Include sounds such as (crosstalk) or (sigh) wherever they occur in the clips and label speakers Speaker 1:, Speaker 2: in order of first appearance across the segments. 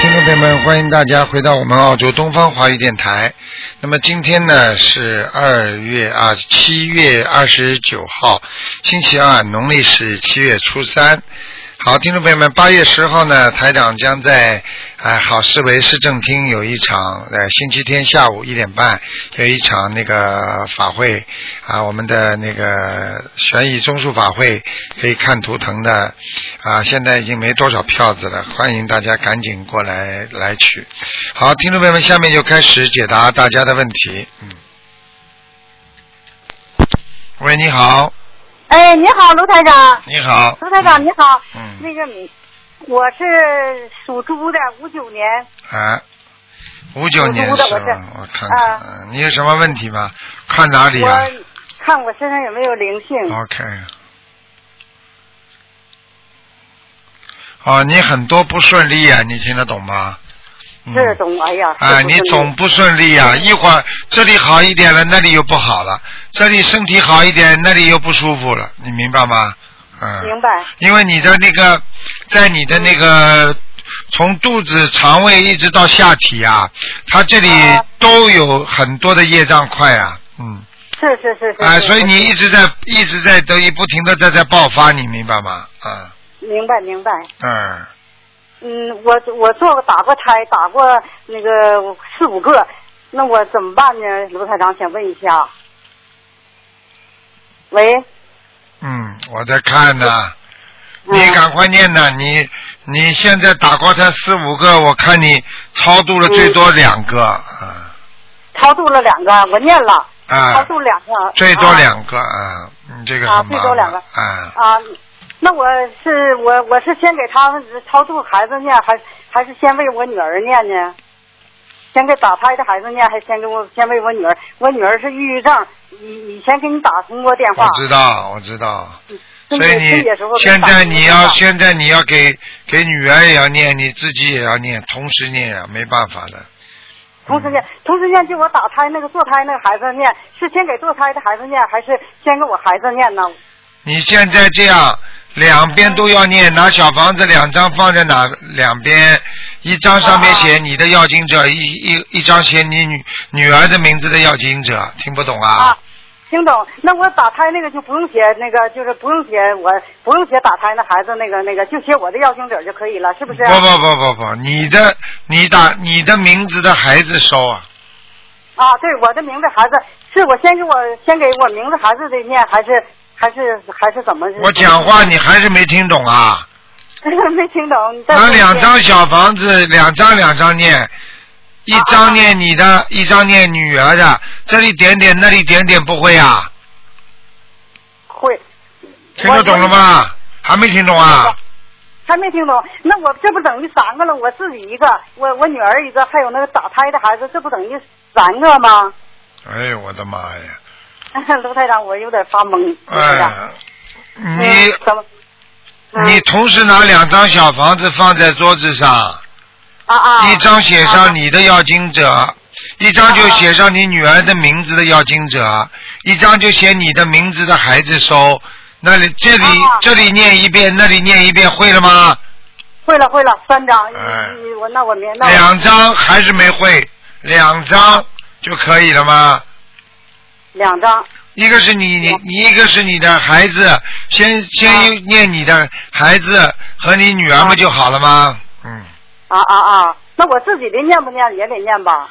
Speaker 1: 听众朋友们，欢迎大家回到我们澳洲东方华语电台。那么今天呢是二月啊七月二十九号，星期二，农历是七月初三。好，听众朋友们，八月十号呢，台长将在哎好市委市政厅有一场，呃星期天下午一点半有一场那个法会啊，我们的那个悬疑综述法会可以看图腾的啊，现在已经没多少票子了，欢迎大家赶紧过来来取。好，听众朋友们，下面就开始解答大家的问题。嗯，喂，你好，
Speaker 2: 哎，你好，卢台长。
Speaker 1: 你好，
Speaker 2: 卢台长，你好。
Speaker 1: 嗯
Speaker 2: 那个，我是属猪的，五九年。
Speaker 1: 啊，五九年
Speaker 2: 我
Speaker 1: 是
Speaker 2: 读的
Speaker 1: 吧？
Speaker 2: 我是
Speaker 1: 我看看，啊你有什么问题吗？看哪里啊
Speaker 2: 我看我身上有没有灵性？
Speaker 1: ？OK。哦，你很多不顺利啊，你听得懂吗？嗯、
Speaker 2: 是总哎呀。
Speaker 1: 啊，
Speaker 2: 是不
Speaker 1: 你
Speaker 2: 是
Speaker 1: 总不顺利啊！一会儿这里好一点了，那里又不好了；这里身体好一点，那里又不舒服了，你明白吗？嗯。
Speaker 2: 明白。
Speaker 1: 因为你的那个，在你的那个
Speaker 2: 嗯
Speaker 1: 从肚子、肠胃一直到下体啊，它这里
Speaker 2: 啊
Speaker 1: 都有很多的业障块啊，嗯，
Speaker 2: 是是是是。
Speaker 1: 啊、
Speaker 2: 是
Speaker 1: 所以你一直在一直在得以不停的在在爆发，你明白吗？啊、
Speaker 2: 明白明白。
Speaker 1: 嗯，
Speaker 2: 嗯，我我做过打过胎，打过那个四五个，那我怎么办呢？卢台长，想问一下。喂。
Speaker 1: 嗯，我在看呢、
Speaker 2: 嗯
Speaker 1: 你赶快念呐！你你现在打过才四五个，我看你超度
Speaker 2: 嗯
Speaker 1: 了最多两个啊
Speaker 2: 超度了两个，我念了，超
Speaker 1: 啊，
Speaker 2: 度两个。
Speaker 1: 最多
Speaker 2: 啊
Speaker 1: 两个啊，你这个
Speaker 2: 啊
Speaker 1: 很麻
Speaker 2: 最多两
Speaker 1: 烦
Speaker 2: 个
Speaker 1: 啊。
Speaker 2: 啊，那我是我我是先给他们超度孩子念，还是还是先为我女儿念呢？先给打胎的孩子念，还先给我先为我女儿？我女儿是抑郁症，以以前给你打通过电话
Speaker 1: 我，知道，我知道，
Speaker 2: 春
Speaker 1: 哦所
Speaker 2: 节
Speaker 1: 以
Speaker 2: 春
Speaker 1: 你
Speaker 2: 节时候给
Speaker 1: 现
Speaker 2: 打通
Speaker 1: 在
Speaker 2: 过
Speaker 1: 你
Speaker 2: 电话
Speaker 1: 要现在你要给给女儿也要念，你自己也要念，同时念啊，没办法的。
Speaker 2: 同时念，同时念就我打胎那个堕胎那个孩子念，是先给堕胎的孩子念，还是先给我孩子念呢？
Speaker 1: 你现在这样，两边都要念，拿小房子两张放在哪两边，一张上面
Speaker 2: 啊
Speaker 1: 写你的要经者，一一一张写你女女儿的名字的要经者，听不懂啊
Speaker 2: 啊？听懂？那我打胎那个就不用写那个，就是不用写我不用写打胎那孩子那个那个，就写我的要经者就可以了，是不啊是？
Speaker 1: 不不不不不，你的你打你的名字的孩子收啊，
Speaker 2: 啊，对，我的名字孩子是我先给我先给我名字孩子的念，还是还是还是怎么？
Speaker 1: 我讲话
Speaker 2: (laughs)
Speaker 1: 你还是没听懂啊？
Speaker 2: 没听懂，你再
Speaker 1: 拿
Speaker 2: 说一遍啊
Speaker 1: 两张小房子，两张两张念，一张念你的，一张念女儿的，这里点点，那里点点，不会啊？
Speaker 2: 会，
Speaker 1: 听得懂了吗？还没听懂啊？
Speaker 2: 还没听懂。那我这不等于三个了？我自己一个，我我女儿一个，还有那个打胎的孩子，这不等于三个吗？ (laughs)
Speaker 1: 哎呦我的妈呀！
Speaker 2: 卢台长，我有点发懵。卢台长
Speaker 1: 哎，你
Speaker 2: 嗯怎么？嗯
Speaker 1: 你同时拿两张小房子放在桌子上，
Speaker 2: 啊啊！
Speaker 1: 一张写
Speaker 2: 啊
Speaker 1: 上你的要经者，一张就写上你女儿的名字的要经者，一张就写你的名字的孩子收。那里这里
Speaker 2: 啊
Speaker 1: 这里念一遍，那里念一遍，会了吗？
Speaker 2: 会了会了，三张。
Speaker 1: 哎
Speaker 2: 一一我那我明白。了。
Speaker 1: 两张还是没会，两张就可以了吗？
Speaker 2: 两张。
Speaker 1: 一个是你你你一个是你的孩子，先
Speaker 2: 啊
Speaker 1: 先念你的孩子和你女儿不就好了吗？嗯，
Speaker 2: 啊啊啊！那我自己的念不念也得念吧，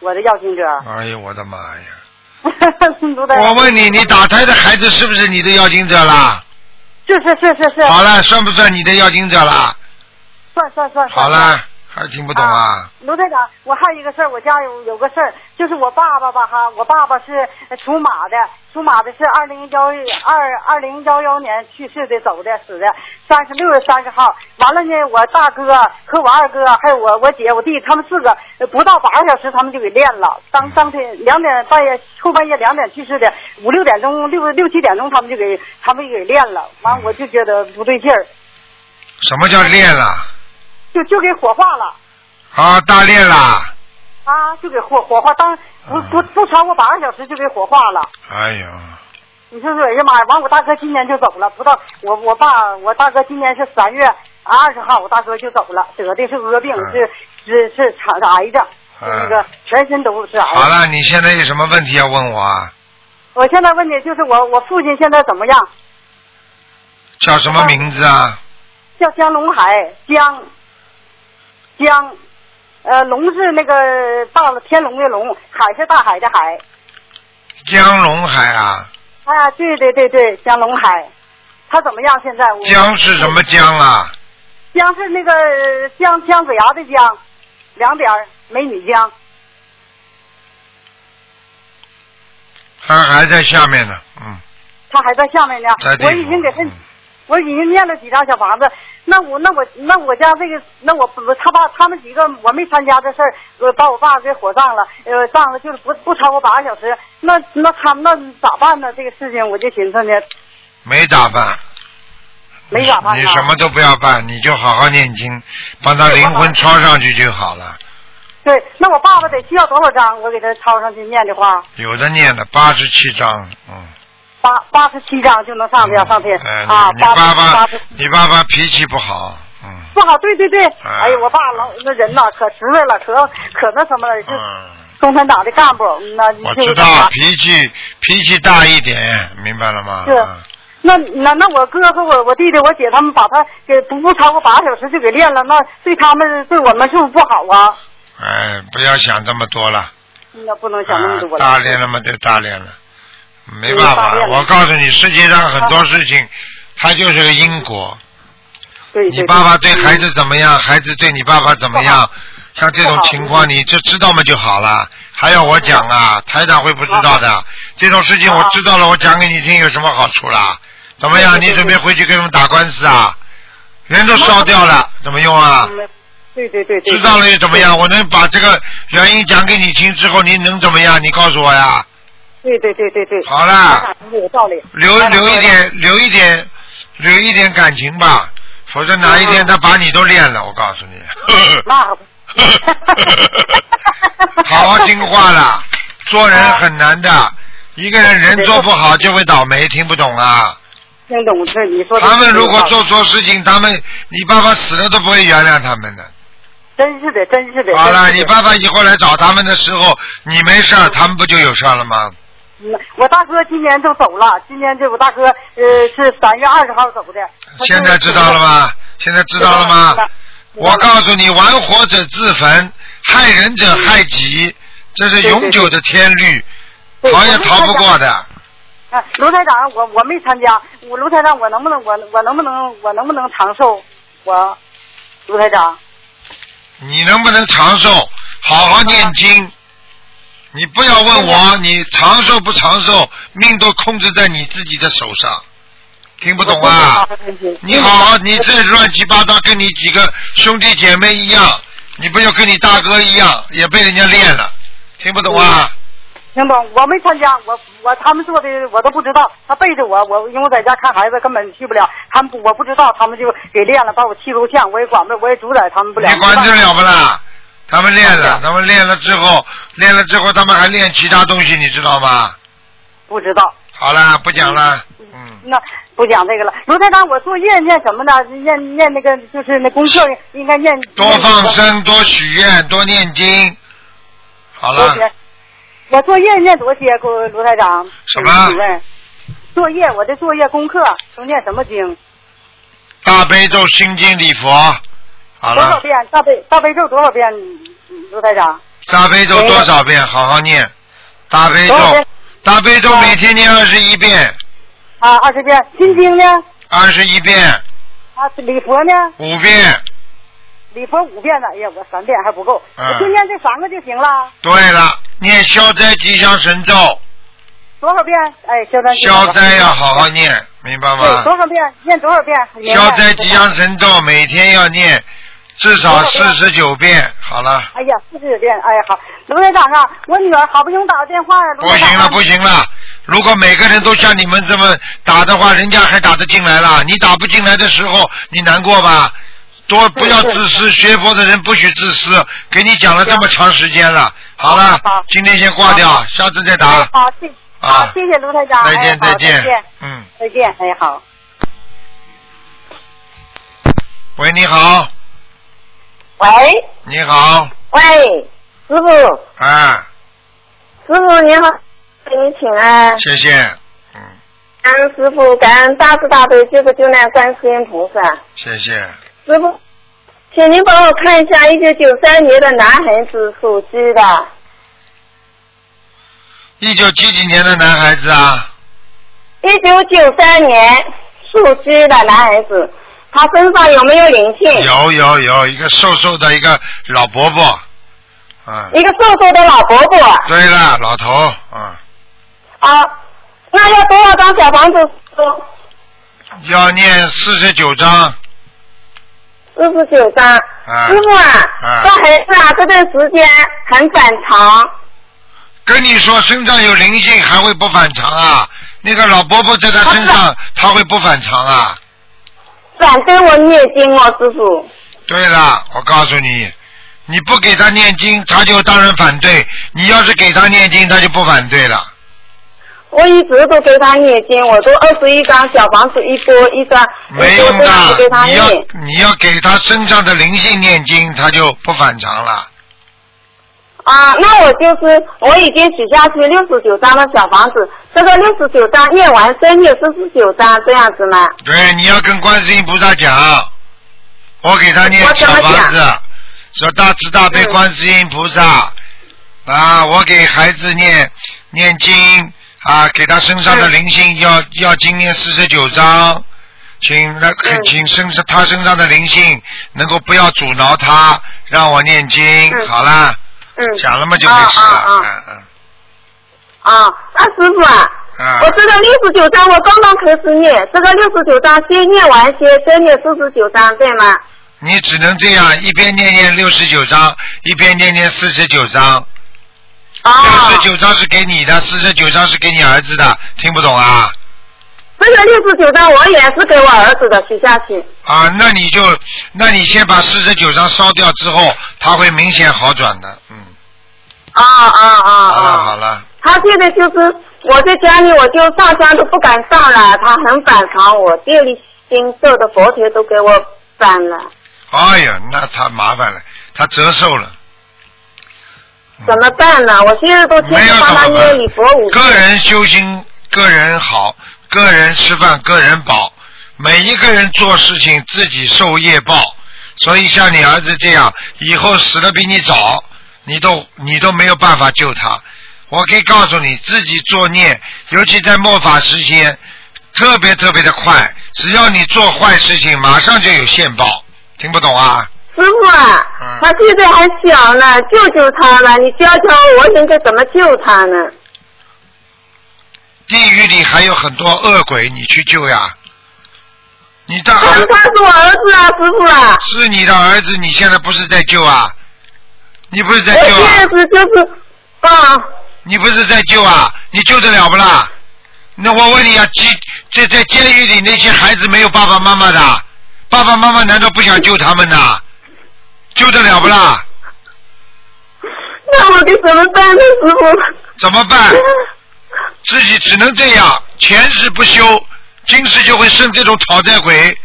Speaker 2: 我的要经者。 (laughs)
Speaker 1: 哎呦我的妈呀！
Speaker 2: 卢台长
Speaker 1: 我问你，你打胎的孩子是不是你的要经者啦？
Speaker 2: 是是是是是，
Speaker 1: 好了，算不算你的要经者啦？
Speaker 2: 算算算，
Speaker 1: 好
Speaker 2: 算，
Speaker 1: 了，还听不懂啊？
Speaker 2: 卢队长，我还有一个事儿，我家有有个事儿，就是我爸爸吧哈，我爸爸是呃属马的，属马的是二零幺二二零幺幺年去世的，走的死的，三十六月三十号。完了呢，我大哥和我二哥还有我我姐我弟他们四个，呃不到八个小时他们就给练了。当当天两点半夜后半夜两点去世的，五六点钟六六七点钟他们就给他们就给练了。完我就觉得不对劲儿，
Speaker 1: 什么叫练了？
Speaker 2: 就就给火化了。
Speaker 1: 啊，大练啦！
Speaker 2: 啊，就给火火化，当不
Speaker 1: 啊
Speaker 2: 不不超过八个小时就给火化了。
Speaker 1: 哎呦，
Speaker 2: 你说说，哎呀妈呀！完，我大哥今年就走了，不到我我爸，我大哥今年是三月二十号我大哥就走了，得的是鹅病，
Speaker 1: 嗯
Speaker 2: 是是是肠癌症，
Speaker 1: 嗯
Speaker 2: 是那个全身都是
Speaker 1: 好
Speaker 2: 癌。
Speaker 1: 了，你现在有什么问题要问我啊？
Speaker 2: 我现在问你，就是我我父亲现在怎么样？
Speaker 1: 叫什么名字啊？
Speaker 2: 叫江龙海，江江，呃，龙是那个大了天龙的龙，海是大海的海。
Speaker 1: 江龙海啊？
Speaker 2: 啊，对对对对，江龙海，他怎么样？现在我
Speaker 1: 江是什么江啊？
Speaker 2: 江是那个呃江江子牙的江，两点儿美女江。
Speaker 1: 他还在下面呢。嗯，
Speaker 2: 他还在下面呢
Speaker 1: 在。地府
Speaker 2: 啊我已经给他
Speaker 1: 嗯，
Speaker 2: 我已经念了几张小房子。那我那我那我家这个那我我他爸他们几个我没参加这事儿，我把我爸给火葬了，呃葬了就是不不超过八个小时。那那他们那咋办呢？这个事情我就寻思呢，
Speaker 1: 没咋办。
Speaker 2: 没咋办啊
Speaker 1: 你
Speaker 2: 呢。
Speaker 1: 什么都不要办，你就好好念经，把他灵魂抄上去就好了。
Speaker 2: 对，那我爸爸得需要多少张？我给他抄上去念的话，
Speaker 1: 有的念了八十七章，嗯。
Speaker 2: 八八十七张就能上不上天、
Speaker 1: 嗯
Speaker 2: 啊？
Speaker 1: 你
Speaker 2: 八
Speaker 1: 爸
Speaker 2: 十
Speaker 1: 爸
Speaker 2: 八十，
Speaker 1: 你爸爸脾气不好，嗯
Speaker 2: 不好，对对对，哎呀，我爸老那人呐，可实在了，可可那什么了，就
Speaker 1: 嗯，
Speaker 2: 共产党的干部，嗯那你啊
Speaker 1: 我
Speaker 2: 就
Speaker 1: 知
Speaker 2: 干嘛
Speaker 1: 道，脾气脾气大一点，明白了吗？
Speaker 2: 是
Speaker 1: 嗯
Speaker 2: 那那那我哥和我我弟弟我姐他们把他给不不超过八个小时就给练了，那对他们对我们是不是不好啊？嗯
Speaker 1: 哎，不要想这么多了，
Speaker 2: 那不能想那么多
Speaker 1: 啊
Speaker 2: 了。
Speaker 1: 大练了嘛，就大练了，没办
Speaker 2: 嗯大
Speaker 1: 法
Speaker 2: 练。了
Speaker 1: 我告诉你，世界上很多事情，它就是个因果。
Speaker 2: 对
Speaker 1: 你
Speaker 2: 对。
Speaker 1: 爸爸对
Speaker 2: 对
Speaker 1: 孩子怎么样，孩子对你爸爸怎么
Speaker 2: 不
Speaker 1: 样？像这种情况，你就知道嘛就好了。还要我讲
Speaker 2: 嗯
Speaker 1: 啊？台长会不知道的。这种事情我知道了，我讲给你听有什么好处啦？怎么样？
Speaker 2: 对对
Speaker 1: 你
Speaker 2: 对
Speaker 1: 准备回去跟他们打官司啊？人都烧掉了，怎么用啊？
Speaker 2: 嗯对对对对。
Speaker 1: 知道了又怎么样？我能把这个原因讲给你听之后，你能怎么样？你告诉我呀。
Speaker 2: 对对对对对。
Speaker 1: 好啦
Speaker 2: 台长说的
Speaker 1: (laughs)
Speaker 2: 有道理。
Speaker 1: 留
Speaker 2: 台长
Speaker 1: 留
Speaker 2: 说
Speaker 1: 一
Speaker 2: 的
Speaker 1: 点，留一点，留一点感情吧，否则哪一天
Speaker 2: 嗯
Speaker 1: 他把你都练了，我告诉你。
Speaker 2: 那好
Speaker 1: 好啊好听
Speaker 2: (laughs)
Speaker 1: 话啦，做人很难的，一个人人做不好就会倒霉，听不懂啊？
Speaker 2: 听懂是你说啊的。
Speaker 1: 他们如果做，错事情，他们你爸爸死了都不会原谅他们的。
Speaker 2: 真是的，真是的。
Speaker 1: 好了，
Speaker 2: 真是
Speaker 1: 你
Speaker 2: 的
Speaker 1: 爸爸以后来找他们的时候，你没事儿，他们不就有事儿了吗？
Speaker 2: 嗯我大哥今年都走了，今年这我大哥呃是三月二十号走的。他
Speaker 1: 现在知道了？吗？现在知道了吗？我告诉你，玩火者自焚，害人者害己，这是永久的天律，
Speaker 2: 对
Speaker 1: 逃也逃不过。
Speaker 2: 我没参加
Speaker 1: 的。
Speaker 2: 哎，卢台长，我我没参加，我卢台长，我能不能我我能不能我能不能长寿？我卢台长，
Speaker 1: 你能不能长寿？好好念经。你不要问我，你长寿不长寿，命都控制在你自己的手上，听不懂啊？你好好，你这乱七八糟，跟你几个兄弟姐妹一样，你不就跟你大哥一样，也被人家练了，听不懂啊？
Speaker 2: 听懂？我没参加，我我他们做的我都不知道，他背着我，我因为我在家看孩子根本去不了，他们不我不知道，他们就给练了，把我气够呛，我也管不，我也主宰他们不了。
Speaker 1: 你管得了不啦？他们练了，他们练了之后，练了之后，他们还练其他东西，你知道吗？
Speaker 2: 不知道。
Speaker 1: 好啦，不讲了，嗯，
Speaker 2: 那不讲这个了，卢台长，我作业念什么呢？念念那个就是那功课应该念
Speaker 1: 多放。生，多许愿，多念经。好
Speaker 2: 多
Speaker 1: 了，
Speaker 2: 些。我作业念多些，给我卢台长。
Speaker 1: 什么
Speaker 2: 主任，作业，我的作业功课都念什么经？
Speaker 1: 大悲咒、心经、礼佛。好
Speaker 2: 多少
Speaker 1: 了，
Speaker 2: 遍？大悲大悲咒多少遍？嗯卢台长，
Speaker 1: 大悲咒多少遍？好好念。大悲
Speaker 2: 多少
Speaker 1: 咒
Speaker 2: 遍，
Speaker 1: 大悲咒每天念二十一遍，
Speaker 2: 啊，二十遍。心经呢？
Speaker 1: 二十一遍，
Speaker 2: 啊，礼佛呢？
Speaker 1: 五遍。
Speaker 2: 礼佛五遍呢？哎呀，我三遍还不够，
Speaker 1: 嗯
Speaker 2: 我就念这三个就行了。
Speaker 1: 对了，念消灾吉祥神咒，
Speaker 2: 多少遍？哎，消灾吉祥嗯
Speaker 1: 消灾要好好念，明白吗
Speaker 2: 对，？多少遍？念多少遍？明白
Speaker 1: 消灾吉祥神咒每天要念至少
Speaker 2: 多
Speaker 1: 四
Speaker 2: 少
Speaker 1: 十九遍，好了，
Speaker 2: 哎呀，四十九遍，哎呀好，卢台长啊，我女儿好不容易打个电话，卢
Speaker 1: 不
Speaker 2: 台长
Speaker 1: 行
Speaker 2: 啊
Speaker 1: 了，不行了。如果每个人都像你们这么打的话，人家还打得进来了。你打不进来的时候，你难过吧？多不要自私，学佛的人不许自私。给你讲了这么长时间了，好了
Speaker 2: 好，
Speaker 1: 今天先挂掉，下次再打
Speaker 2: 哎。好，谢，
Speaker 1: 啊
Speaker 2: 好，谢谢卢台长，
Speaker 1: 再
Speaker 2: 哎
Speaker 1: 见，嗯
Speaker 2: 好再
Speaker 1: 见
Speaker 2: 见，，
Speaker 1: 嗯。
Speaker 2: 再见，哎好。
Speaker 1: 喂，你好，
Speaker 3: 喂
Speaker 1: 你好，
Speaker 3: 喂，师傅，师
Speaker 1: 啊，
Speaker 3: 傅你好，给你请安，
Speaker 1: 谢谢，嗯，
Speaker 3: 感恩师傅，感恩大慈大悲救苦救难观世音菩萨。
Speaker 1: 谢谢。
Speaker 3: 师傅，请您帮我看一下一九九三年的男孩子属鸡的，
Speaker 1: 一九几几年的男孩子啊？
Speaker 3: 一九九三年属鸡的男孩子，他身上有没有灵性？
Speaker 1: 有有有，一个瘦瘦的一个老伯伯，嗯，
Speaker 3: 一个瘦瘦的老伯伯
Speaker 1: 对了，老头，嗯，
Speaker 3: 啊，那要多少张小房子？师
Speaker 1: 要念四十九章，
Speaker 3: 傅，四十九张。
Speaker 1: 啊
Speaker 3: 师傅
Speaker 1: 啊
Speaker 3: 啊，这孩子啊，这段时间很反常。
Speaker 1: 跟你说身上有灵性还会不反常啊？那个老伯伯在他身上，
Speaker 3: 啊
Speaker 1: 他会不反常啊？
Speaker 3: 反对我念经哦，师傅。
Speaker 1: 对了，我告诉你，你不给他念经，他就当然反对；你要是给他念经，他就不反对了。
Speaker 3: 我一直都给他念经，我都二十一张小房子一波一张，
Speaker 1: 没
Speaker 3: 一波
Speaker 1: 用
Speaker 3: 这样子给
Speaker 1: 的，
Speaker 3: 他
Speaker 1: 你要
Speaker 3: 念。
Speaker 1: 你要给他身上的灵性念经，他就不反常了。
Speaker 3: 啊，那我就是我已经许下去六十九张的小房子，这个六十九张念完再念四十九张这样子吗？
Speaker 1: 对，你要跟观世音菩萨讲，我给他念
Speaker 3: 我
Speaker 1: 小
Speaker 3: 怎么
Speaker 1: 房
Speaker 3: 讲
Speaker 1: 子，说大慈大悲
Speaker 3: 嗯
Speaker 1: 观世音菩萨、啊，我给孩子念念经啊，给他身上的
Speaker 3: 嗯
Speaker 1: 灵性要、要经念四十九章，请那、
Speaker 3: 嗯
Speaker 1: 请身上他身上的灵性能够不要阻挠他，让我念经，
Speaker 3: 嗯
Speaker 1: 好啦，
Speaker 3: 嗯。
Speaker 1: 讲了嘛就没事了，
Speaker 3: 啊啊
Speaker 1: 嗯
Speaker 3: 啊
Speaker 1: 嗯
Speaker 3: 啊，那师傅啊，
Speaker 1: 啊
Speaker 3: 我这个六十九张我刚刚开始念，这个六十九张先念完先再念四十九张对吗？
Speaker 1: 你只能这样一边念念六十九章，一边念念四十九章。
Speaker 3: 啊。
Speaker 1: 六十九张是给你的，四十九张是给你儿子的，听不懂啊？
Speaker 3: 这个六十九张我也是给我儿子的许下去。
Speaker 1: 啊，那你就，那你先把四十九张烧掉之后，他会明显好转的。嗯，
Speaker 3: 啊啊啊！
Speaker 1: 好了好
Speaker 3: 了。
Speaker 1: 了，
Speaker 3: 他现在就是我在家里，我就上香都不敢上了，他很反常我，地里经做的佛学都给我反了，
Speaker 1: 哎呀，那他麻烦了，他折寿了。
Speaker 3: 怎么办呢？我现在都天
Speaker 1: 没有
Speaker 3: 天
Speaker 1: 什
Speaker 3: 帮他
Speaker 1: 么
Speaker 3: 念礼佛五
Speaker 1: 个
Speaker 3: 遍。
Speaker 1: 人修心，个人好，个人吃饭，个人饱。每一个人做事情自己受业报，所以像你儿子这样，以后死的比你早，你都你都没有办法救他。我可以告诉你，自己作孽，尤其在末法时间，特别特别的快。只要你做坏事情，马上就有现报。听不懂啊？
Speaker 3: 师傅啊
Speaker 1: 嗯，
Speaker 3: 他现在还小呢，救救他了！你教教我应该怎么救他呢？
Speaker 1: 地狱里还有很多恶鬼，你去救呀。你的
Speaker 3: 但
Speaker 1: 儿
Speaker 3: 是他是我儿子啊，师傅啊，
Speaker 1: 是你的儿子，你现在不是在救啊？你不是
Speaker 3: 我
Speaker 1: 在救啊
Speaker 3: 现？在是就是啊。
Speaker 1: 你不是在救啊？你救得了不啦？那我问你啊，监在在监狱里那些孩子没有爸爸妈妈的，爸爸妈妈难道不想救他们呐？救得了不啦？
Speaker 3: 那我该怎么办呢，师傅？
Speaker 1: 怎么办？自己只能这样，前世不修，今世就会生这种讨债鬼。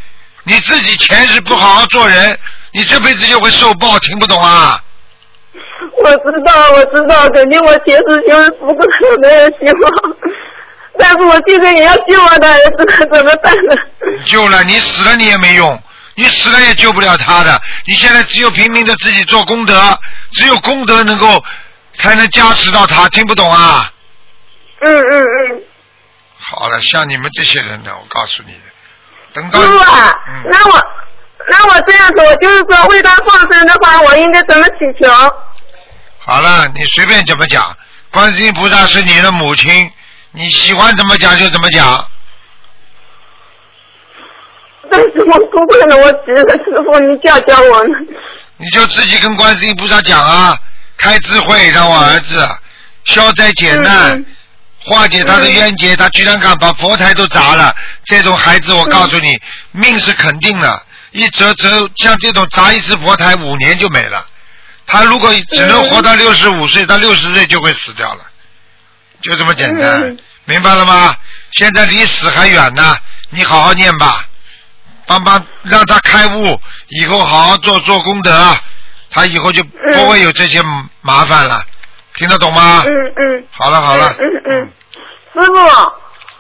Speaker 1: 你自己前世不好好做人，你这辈子就会受报，听不懂啊？
Speaker 3: 我知道，我知道，肯定我前世修是不可能也修好，但是我现在也要救我的儿子，怎么办呢？
Speaker 1: 救了你死了你也没用，你死了也救不了他的。你现在只有拼命的自己做功德，只有功德能够才能加持到他。听不懂啊？
Speaker 3: 嗯嗯嗯，
Speaker 1: 好了，像你们这些人呢，我告诉你，等到
Speaker 3: 师
Speaker 1: 你
Speaker 3: 傅啊，
Speaker 1: 嗯，
Speaker 3: 那我那我这样子，我就是说为他放生的话，我应该怎么祈求？
Speaker 1: 好了，你随便怎么讲，观世音菩萨是你的母亲，你喜欢怎么讲就怎么讲。
Speaker 3: (laughs) 但是我不会了，我急了，师傅，你教教我呢。
Speaker 1: 你就自己跟观世音菩萨讲啊，开智慧让我儿子消灾解难，
Speaker 3: 嗯
Speaker 1: 化解他的冤结，他居然敢把佛台都砸了，这种孩子我告诉
Speaker 3: 嗯
Speaker 1: 你，命是肯定的，一折折像这种砸一次佛台五年就没了，他如果只能活
Speaker 3: 嗯
Speaker 1: 到六十五岁，他六十岁就会死掉了，就这么简单，
Speaker 3: 嗯
Speaker 1: 明白了吗？现在离死还远呢，你好好念吧，帮帮让他开悟，以后好好做做功德，他以后就不会有这些麻烦了，听得懂吗？
Speaker 3: 嗯嗯
Speaker 1: 好了好了，
Speaker 3: 嗯嗯，师傅，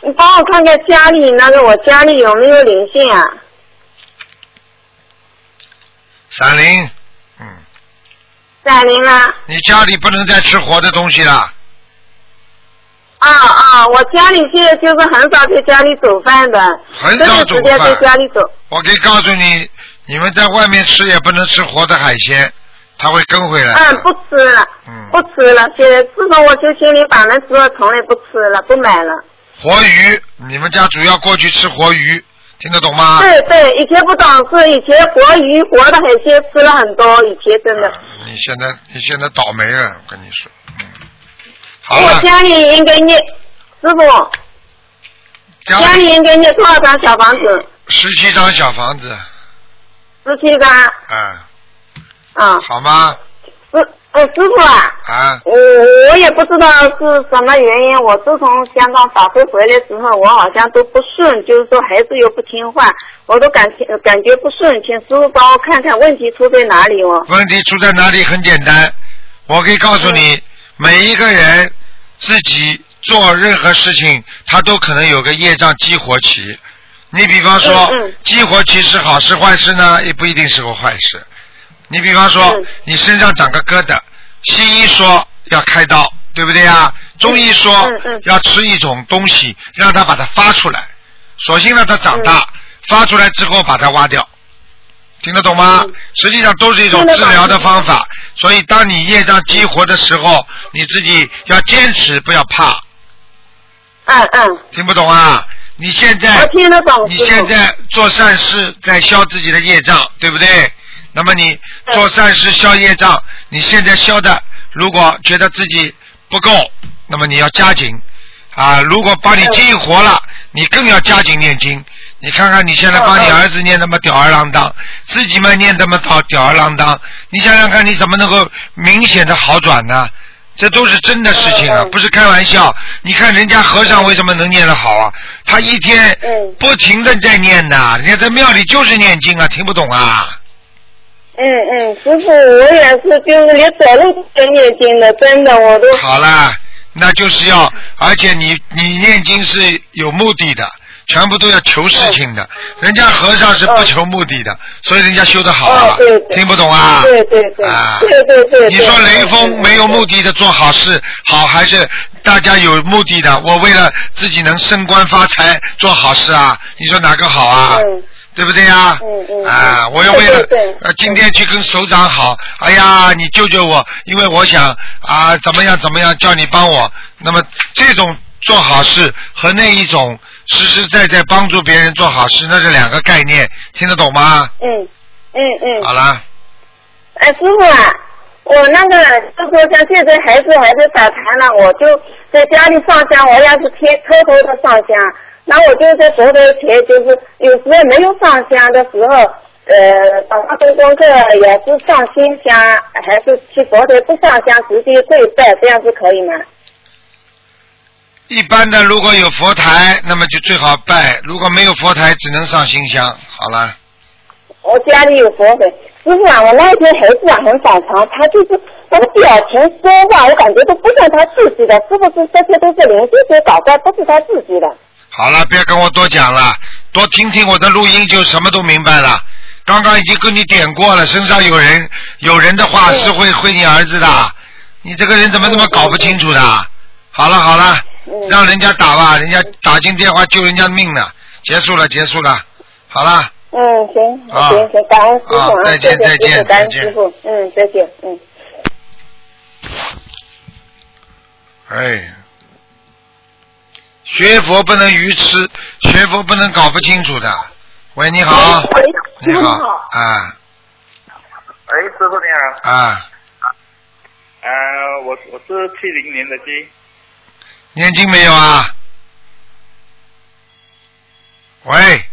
Speaker 3: 你帮我看看家里那个我家里有没有灵性啊？
Speaker 1: 闪灵，嗯，
Speaker 3: 闪灵啦！
Speaker 1: 你家里不能再吃活的东西了，
Speaker 3: 啊啊，我家里现在就是很少在家里煮饭的，
Speaker 1: 很
Speaker 3: 真
Speaker 1: 少
Speaker 3: 的
Speaker 1: 煮
Speaker 3: 直接在
Speaker 1: 饭。
Speaker 3: 家里煮。
Speaker 1: 我可以告诉你，你们在外面吃也不能吃活的海鲜，它会跟回来
Speaker 3: 嗯，
Speaker 1: 的。
Speaker 3: 不吃了，
Speaker 1: 哎嗯
Speaker 3: 不吃了。现在自从我修心灵法门之后，从来不吃了，不买了。
Speaker 1: 活鱼，你们家主要过去吃活鱼，听得懂吗？
Speaker 3: 对对，以前不懂事，以前活鱼、活的海鲜吃了很多，以前真的。
Speaker 1: 啊你现在你现在倒霉了，我跟你说。嗯，好
Speaker 3: 我
Speaker 1: 了，
Speaker 3: 家里应该念，师傅，家
Speaker 1: 家嗯
Speaker 3: 里应该念多少张小房子？
Speaker 1: 十七张小房子，
Speaker 3: 十七张。
Speaker 1: 啊，
Speaker 3: 啊，
Speaker 1: 好吗？
Speaker 3: 师，呃，师傅啊，
Speaker 1: 啊，
Speaker 3: 我我也不知道是什么原因，我自从香港法会回来之后，我好像都不顺，就是说孩子又不听话，我都感觉感觉不顺，请师傅帮我看看问题出在哪里哦。
Speaker 1: 问题出在哪里？很简单，我可以告诉你，
Speaker 3: 嗯
Speaker 1: 每一个人自己做任何事情，他都可能有个业障激活期。你比方说，
Speaker 3: 嗯嗯
Speaker 1: 激活期是好事坏事呢，也不一定是个坏事。你比方说，
Speaker 3: 嗯
Speaker 1: 你身上长个疙瘩，西医说要开刀，对不对呀？中医说
Speaker 3: 嗯嗯
Speaker 1: 要吃一种东西，让它把它发出来，索性让它长大，
Speaker 3: 嗯
Speaker 1: 发出来之后把它挖掉，听得懂吗？
Speaker 3: 嗯
Speaker 1: 实际上都是一种
Speaker 3: 听得
Speaker 1: 治
Speaker 3: 懂
Speaker 1: 疗的方法。所以，当你业障激活的时候，你自己要坚持，不要怕。
Speaker 3: 嗯嗯，
Speaker 1: 听不懂啊？你现在
Speaker 3: 我听得懂。
Speaker 1: 你
Speaker 3: 师傅
Speaker 1: 现在做善事，在消自己的业障，对不对？那么你做善事消业障，你现在消的，如果觉得自己不够，那么你要加紧啊！如果把你激活了，你更要加紧念经。你看看你现在帮你
Speaker 3: 嗯嗯
Speaker 1: 儿子念那么吊儿郎当，自己嘛念那么吊吊儿郎当，你想想看你怎么能够明显的好转呢？这都是真的事情啊
Speaker 3: 嗯，嗯
Speaker 1: 不是开玩笑。你看人家和尚为什么能念得好啊？他一天
Speaker 3: 嗯
Speaker 1: 不停的在念呐，人家在庙里就是念经啊，听不懂啊。
Speaker 3: 嗯嗯，师傅，我也是，就是连走路都在念经的，真的我都
Speaker 1: 好啦，那就是要，
Speaker 3: 嗯
Speaker 1: 而且你你念经是有目的的，全部都要求事情的。
Speaker 3: 嗯
Speaker 1: 人家和尚是不求目的的，所以人家修得好啊
Speaker 3: 哦对。对
Speaker 1: 听不懂啊？
Speaker 3: 对对对
Speaker 1: 啊
Speaker 3: 对对对对
Speaker 1: 你说雷锋没有目
Speaker 3: 的，
Speaker 1: 的的做好事好，还是大家有目的的？我为了自己能升官发财做好事啊，你说哪个好啊？
Speaker 3: 嗯
Speaker 1: 对不对呀？
Speaker 3: 嗯嗯
Speaker 1: 啊，
Speaker 3: 嗯
Speaker 1: 我又为了
Speaker 3: 对对对
Speaker 1: 呃，今天去跟首长好，哎呀，你救救我，因为我想啊，怎么样怎么样，叫你帮我。那么这种做好事和那一种实实在在帮助别人做好事，那是两个概念，听得懂吗？
Speaker 3: 嗯嗯嗯，
Speaker 1: 好了，
Speaker 3: 哎，师傅啊，我那个就说像现在孩子还在打禅呢，我就在家里上香，我要是贴偷偷的上香，那我就在头头前，就是有时候没有上香的时候，呃，早上做功课也是上心香，还是去佛台不上香，直接跪拜，这样子可以吗？
Speaker 1: 一般的如果有佛台，那么就最好拜；如果没有佛台，只能上新香。好了，
Speaker 3: 我家里有佛台。师傅啊，我那一天孩子啊很反常，他就是他的表情说话，我感觉都不像他自己的，是不是这些都是邻居给搞怪，不是他自己的？
Speaker 1: 好了，不要跟我多讲了，多听听我的录音就什么都明白了。刚刚已经跟你点过了，身上有人有人的话
Speaker 3: 嗯
Speaker 1: 是会会你儿子的，你这个人怎么这么搞不清楚的？好了好了，
Speaker 3: 嗯
Speaker 1: 让人家打吧，人家打进电话救人家命呢。结束了结束了，好了，
Speaker 3: 嗯，行
Speaker 1: 啊
Speaker 3: 行行，感恩师傅
Speaker 1: 啊再
Speaker 3: 谢
Speaker 1: 见
Speaker 3: 谢
Speaker 1: 再
Speaker 3: 师
Speaker 1: 见
Speaker 3: 傅，感恩
Speaker 1: 再见
Speaker 3: 师傅，嗯，再见，嗯。
Speaker 1: 哎，学佛不能愚痴，学佛不能搞不清楚的。喂，你好。你好，啊
Speaker 4: 喂，师傅你好，
Speaker 1: 啊，
Speaker 4: 呃，我我是七零年的鸡，
Speaker 1: 念经没有啊？喂，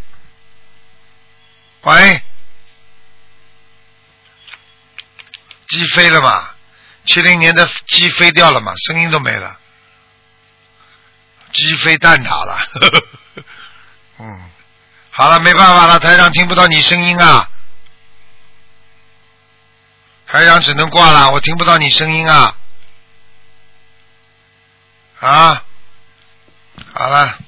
Speaker 1: 喂，鸡飞了嘛？七零年的鸡飞掉了嘛？声音都没了， (laughs) 鸡飞蛋挞了。嗯，好了，没办法了，台长听不到你声音啊，台长只能挂了，我听不到你声音啊，啊，好了。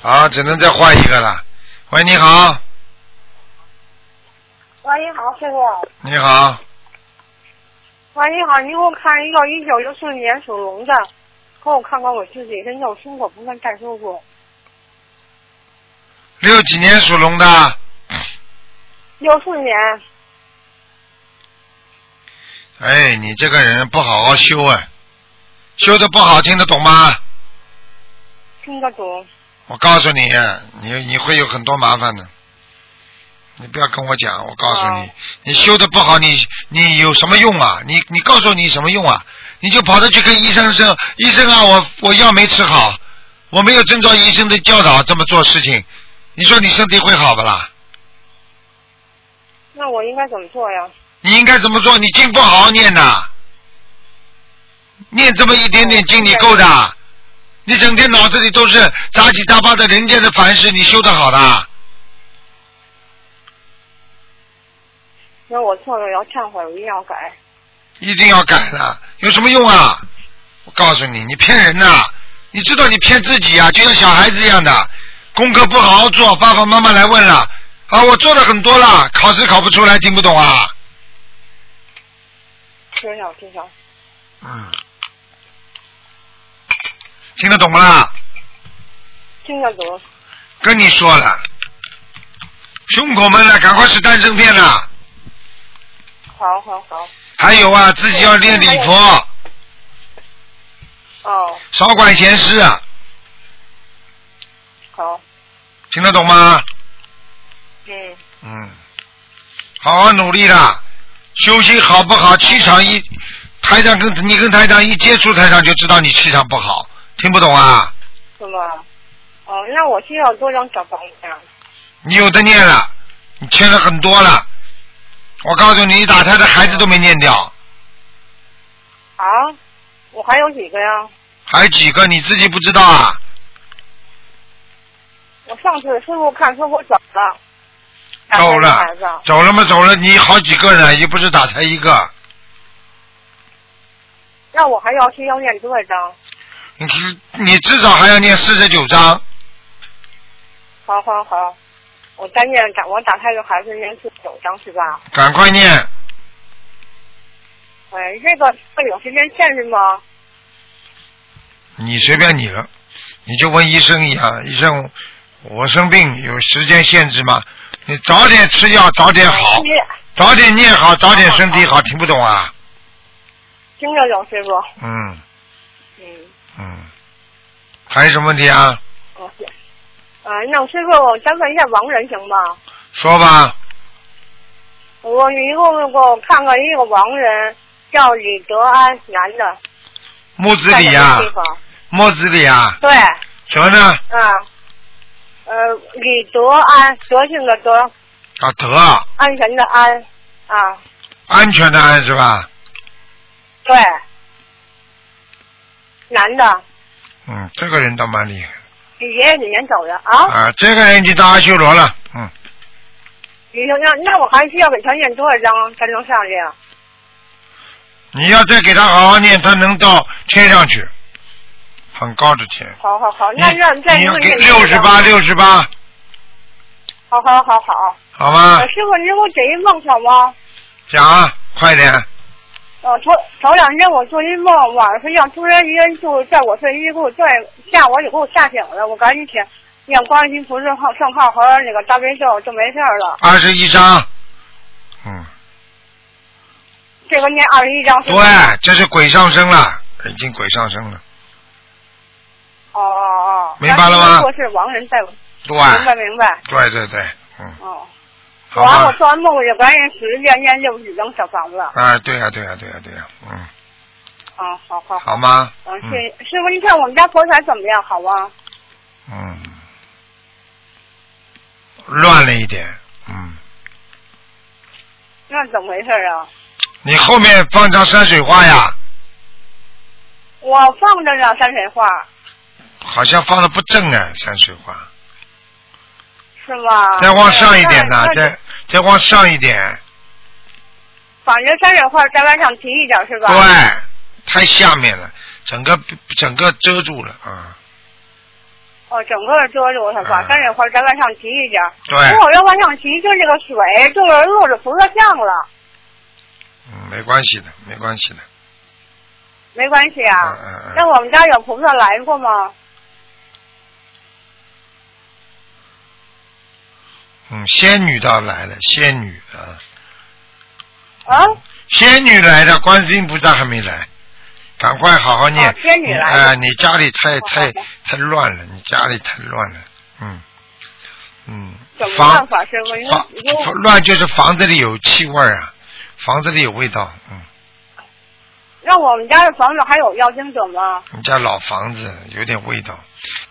Speaker 1: 好，只能再换一个了。喂，你好，
Speaker 5: 喂，你好，师傅。
Speaker 1: 你好，
Speaker 5: 喂，你好，你给我看一个一九六四年属龙的，给我看看我自己身上生活不能再受过。
Speaker 1: 六几年属龙的，
Speaker 5: 六四年，
Speaker 1: 哎，你这个人不好好修啊，修的不好，听得懂吗？
Speaker 5: 听得懂。
Speaker 1: 我告诉你，你你会有很多麻烦的。你不要跟我讲，我告诉你
Speaker 5: 哦，
Speaker 1: 你修的不好，你你有什么用啊？你你告诉你什么用啊？你就跑着去跟医生说，医生啊，我我药没吃好，我没有遵照医生的教导这么做事情，你说你身体会好不啦？
Speaker 5: 那我应该怎么做呀？
Speaker 1: 你应该怎么做？你经不好好念呐，念这么一点点经你够的，你整天脑子里都是杂七杂八的人间的凡事，你修得好的？
Speaker 5: 那我错了，我要忏悔，我一定要改。
Speaker 1: 一定要改的，有什么用啊？我告诉你，你骗人呐、你知道你骗自己啊，就像小孩子一样的，功课不好好做，爸爸妈妈来问了，啊，我做了很多了，考试考不出来，听不懂啊？
Speaker 5: 知晓知晓，
Speaker 1: 嗯，听得懂不啦？
Speaker 5: 听得懂。
Speaker 1: 跟你说了，胸口闷了，赶快吃丹参片了。
Speaker 5: 好好好，
Speaker 1: 还有啊，自己要练礼佛，
Speaker 5: 哦，
Speaker 1: 少管闲事，啊，
Speaker 5: 好，
Speaker 1: 听得懂吗？
Speaker 5: 嗯，
Speaker 1: 嗯，好好努力啦，修心好不好？气场一，台长跟你跟台长一接触，台长就知道你气场不好，听不懂啊？
Speaker 5: 是吗？哦，那我需要多张小房子啊呀？
Speaker 1: 你有的念了，你欠了很多了。我告诉你，你打胎的孩子都没念掉，
Speaker 5: 啊，我还有几个呀？
Speaker 1: 还几个你自己不知道啊？
Speaker 5: (laughs) 我上次师傅看说我走了，打
Speaker 1: 走
Speaker 5: 胎的
Speaker 1: 了
Speaker 5: 孩子，
Speaker 1: 走了吗？走了，你好几个呢，又不是打胎一个。
Speaker 5: 那我还要需要念多少张？
Speaker 1: 你至你至少还要念四十九章，
Speaker 5: 好好好，我再念打我打开的还是念四十九张是吧？
Speaker 1: 赶快念。
Speaker 5: 哎，这个会有时间限制吗？
Speaker 1: 你随便你了，你就问医生一样，医生，我生病有时间限制吗？你早点吃药，早点好，
Speaker 5: 听
Speaker 1: 早点念好，早点身体好，听不懂啊？
Speaker 5: 听着有师傅，
Speaker 1: 嗯
Speaker 5: 嗯，
Speaker 1: 嗯，还有什么问题啊？
Speaker 5: 我行。啊，那师傅，我想问一下亡人行吗？
Speaker 1: 说吧，
Speaker 5: 我一共给我看看一个亡人，叫李德安，男的，
Speaker 1: 木子
Speaker 5: 在
Speaker 1: 李啊
Speaker 5: 哪个地，方？
Speaker 1: 墨子李啊，
Speaker 5: 对，
Speaker 1: 什么呢？
Speaker 5: 啊，呃，李德安，德性的德，
Speaker 1: 啊，德啊，
Speaker 5: 安全的安，啊，
Speaker 1: 安全的安是吧？
Speaker 5: 对，男的，
Speaker 1: 嗯，这个人倒蛮厉害
Speaker 5: 比爷爷奶奶走的啊。
Speaker 1: 啊，这个人已经到阿修罗了，嗯，
Speaker 5: 你说那那我还需要给他念多少张才能上去啊？
Speaker 1: 你要再给他好好念，他能到天上去，很高的天。
Speaker 5: 好好好，
Speaker 1: 你
Speaker 5: 那让再
Speaker 1: 你
Speaker 5: 念
Speaker 1: 要给
Speaker 5: 念
Speaker 1: 六十八，。六十八，
Speaker 5: 好好好好，
Speaker 1: 好吗
Speaker 5: 呃？师傅，你给我解一梦好吗？
Speaker 1: 讲啊，快点。
Speaker 5: 呃，头头两天我做一梦，晚上要突然一人就在我睡衣给我拽吓我，也给我吓醒了，我赶紧起来念观音菩萨号圣号和那个大悲咒就没事儿了。
Speaker 1: 二十一章。嗯，
Speaker 5: 这个念二十一张是
Speaker 1: 对
Speaker 5: 吧。，
Speaker 1: 这是鬼上身了，已经鬼上身了。
Speaker 5: 哦哦哦。
Speaker 1: 明白了吗
Speaker 5: 过世亡人在我。
Speaker 1: 对，
Speaker 5: 明白明白。
Speaker 1: 对对对，嗯，
Speaker 5: 哦。
Speaker 1: 好
Speaker 5: 完了，我
Speaker 1: 吧。
Speaker 5: 做完梦我就赶紧使劲念六十几张小房子。
Speaker 1: 啊，对呀、对呀、对呀、对呀、嗯，
Speaker 5: 嗯，好好
Speaker 1: 好吗？
Speaker 5: 嗯，谢
Speaker 1: 嗯
Speaker 5: 谢师傅，您看我们家佛台怎么样？好啊吗？
Speaker 1: 嗯，乱了一点，嗯，
Speaker 5: 那怎么回事啊？
Speaker 1: 你后面放张山水画呀，
Speaker 5: 我放着呢，山水画。
Speaker 1: 好像放的不正啊，山水画。
Speaker 5: 是吗？
Speaker 1: 再往上一点呢，
Speaker 5: 啊对
Speaker 1: 再再往上一点，
Speaker 5: 感觉山水画再往上提一点是吧？
Speaker 1: 对，太下面了，整个整个遮住了啊、
Speaker 5: 哦，整个遮住它吧，
Speaker 1: 嗯
Speaker 5: 山水画再往上提一点。
Speaker 1: 对
Speaker 5: 如果要往上提，就这个水就是落着菩萨像了，
Speaker 1: 嗯，没关系的，没关系的，
Speaker 5: 没关系
Speaker 1: 嗯
Speaker 5: 啊。
Speaker 1: 嗯嗯
Speaker 5: 那我们家有菩萨来过吗？
Speaker 1: 嗯，仙女倒来了，仙女啊，
Speaker 5: 啊，
Speaker 1: 嗯仙女来了，观世音菩萨还没来，赶快好好念
Speaker 5: 哦，仙女
Speaker 1: 你
Speaker 5: 来
Speaker 1: 啊、
Speaker 5: 了
Speaker 1: 你家里太
Speaker 5: 好
Speaker 1: 太
Speaker 5: 好好
Speaker 1: 太乱了，你家里太乱了，嗯嗯
Speaker 5: 怎，么
Speaker 1: 房
Speaker 5: 办法师傅？因
Speaker 1: 房
Speaker 5: 为
Speaker 1: 房乱就是房子里有气味儿啊，房子里有味道，嗯。
Speaker 5: 让我们家的房子还有要经者吗？
Speaker 1: 你家老房子有点味道。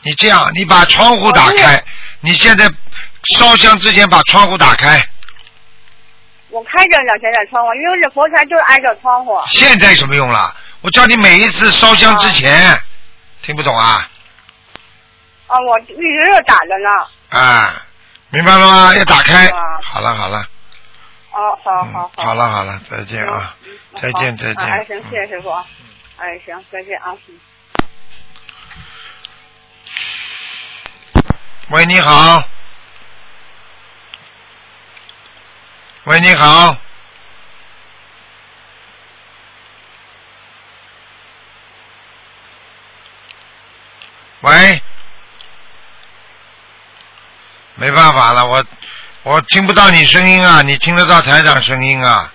Speaker 1: 你这样，你把窗户打开。你现在烧香之前把窗户打开。
Speaker 5: 我开着呢，现在窗户，因为这佛台就是挨着窗户。
Speaker 1: 现在有什么用啦？我叫你每一次烧香之前，听不懂啊？
Speaker 5: 啊，我一直就打着呢。
Speaker 1: 啊，明白了吗？要打开
Speaker 5: 啊。
Speaker 1: 好了好了，
Speaker 5: 哦，好
Speaker 1: 嗯
Speaker 5: 好，
Speaker 1: 好了好了，再见啊！
Speaker 5: 嗯
Speaker 1: 再见
Speaker 5: 好
Speaker 1: 再见
Speaker 5: 啊哎，行，谢
Speaker 1: 嗯
Speaker 5: 谢师傅啊。哎，行，再见啊。嗯
Speaker 1: 喂，你好。喂，你好。喂，没办法了，我我听不到你声音啊，你听得到台长声音啊？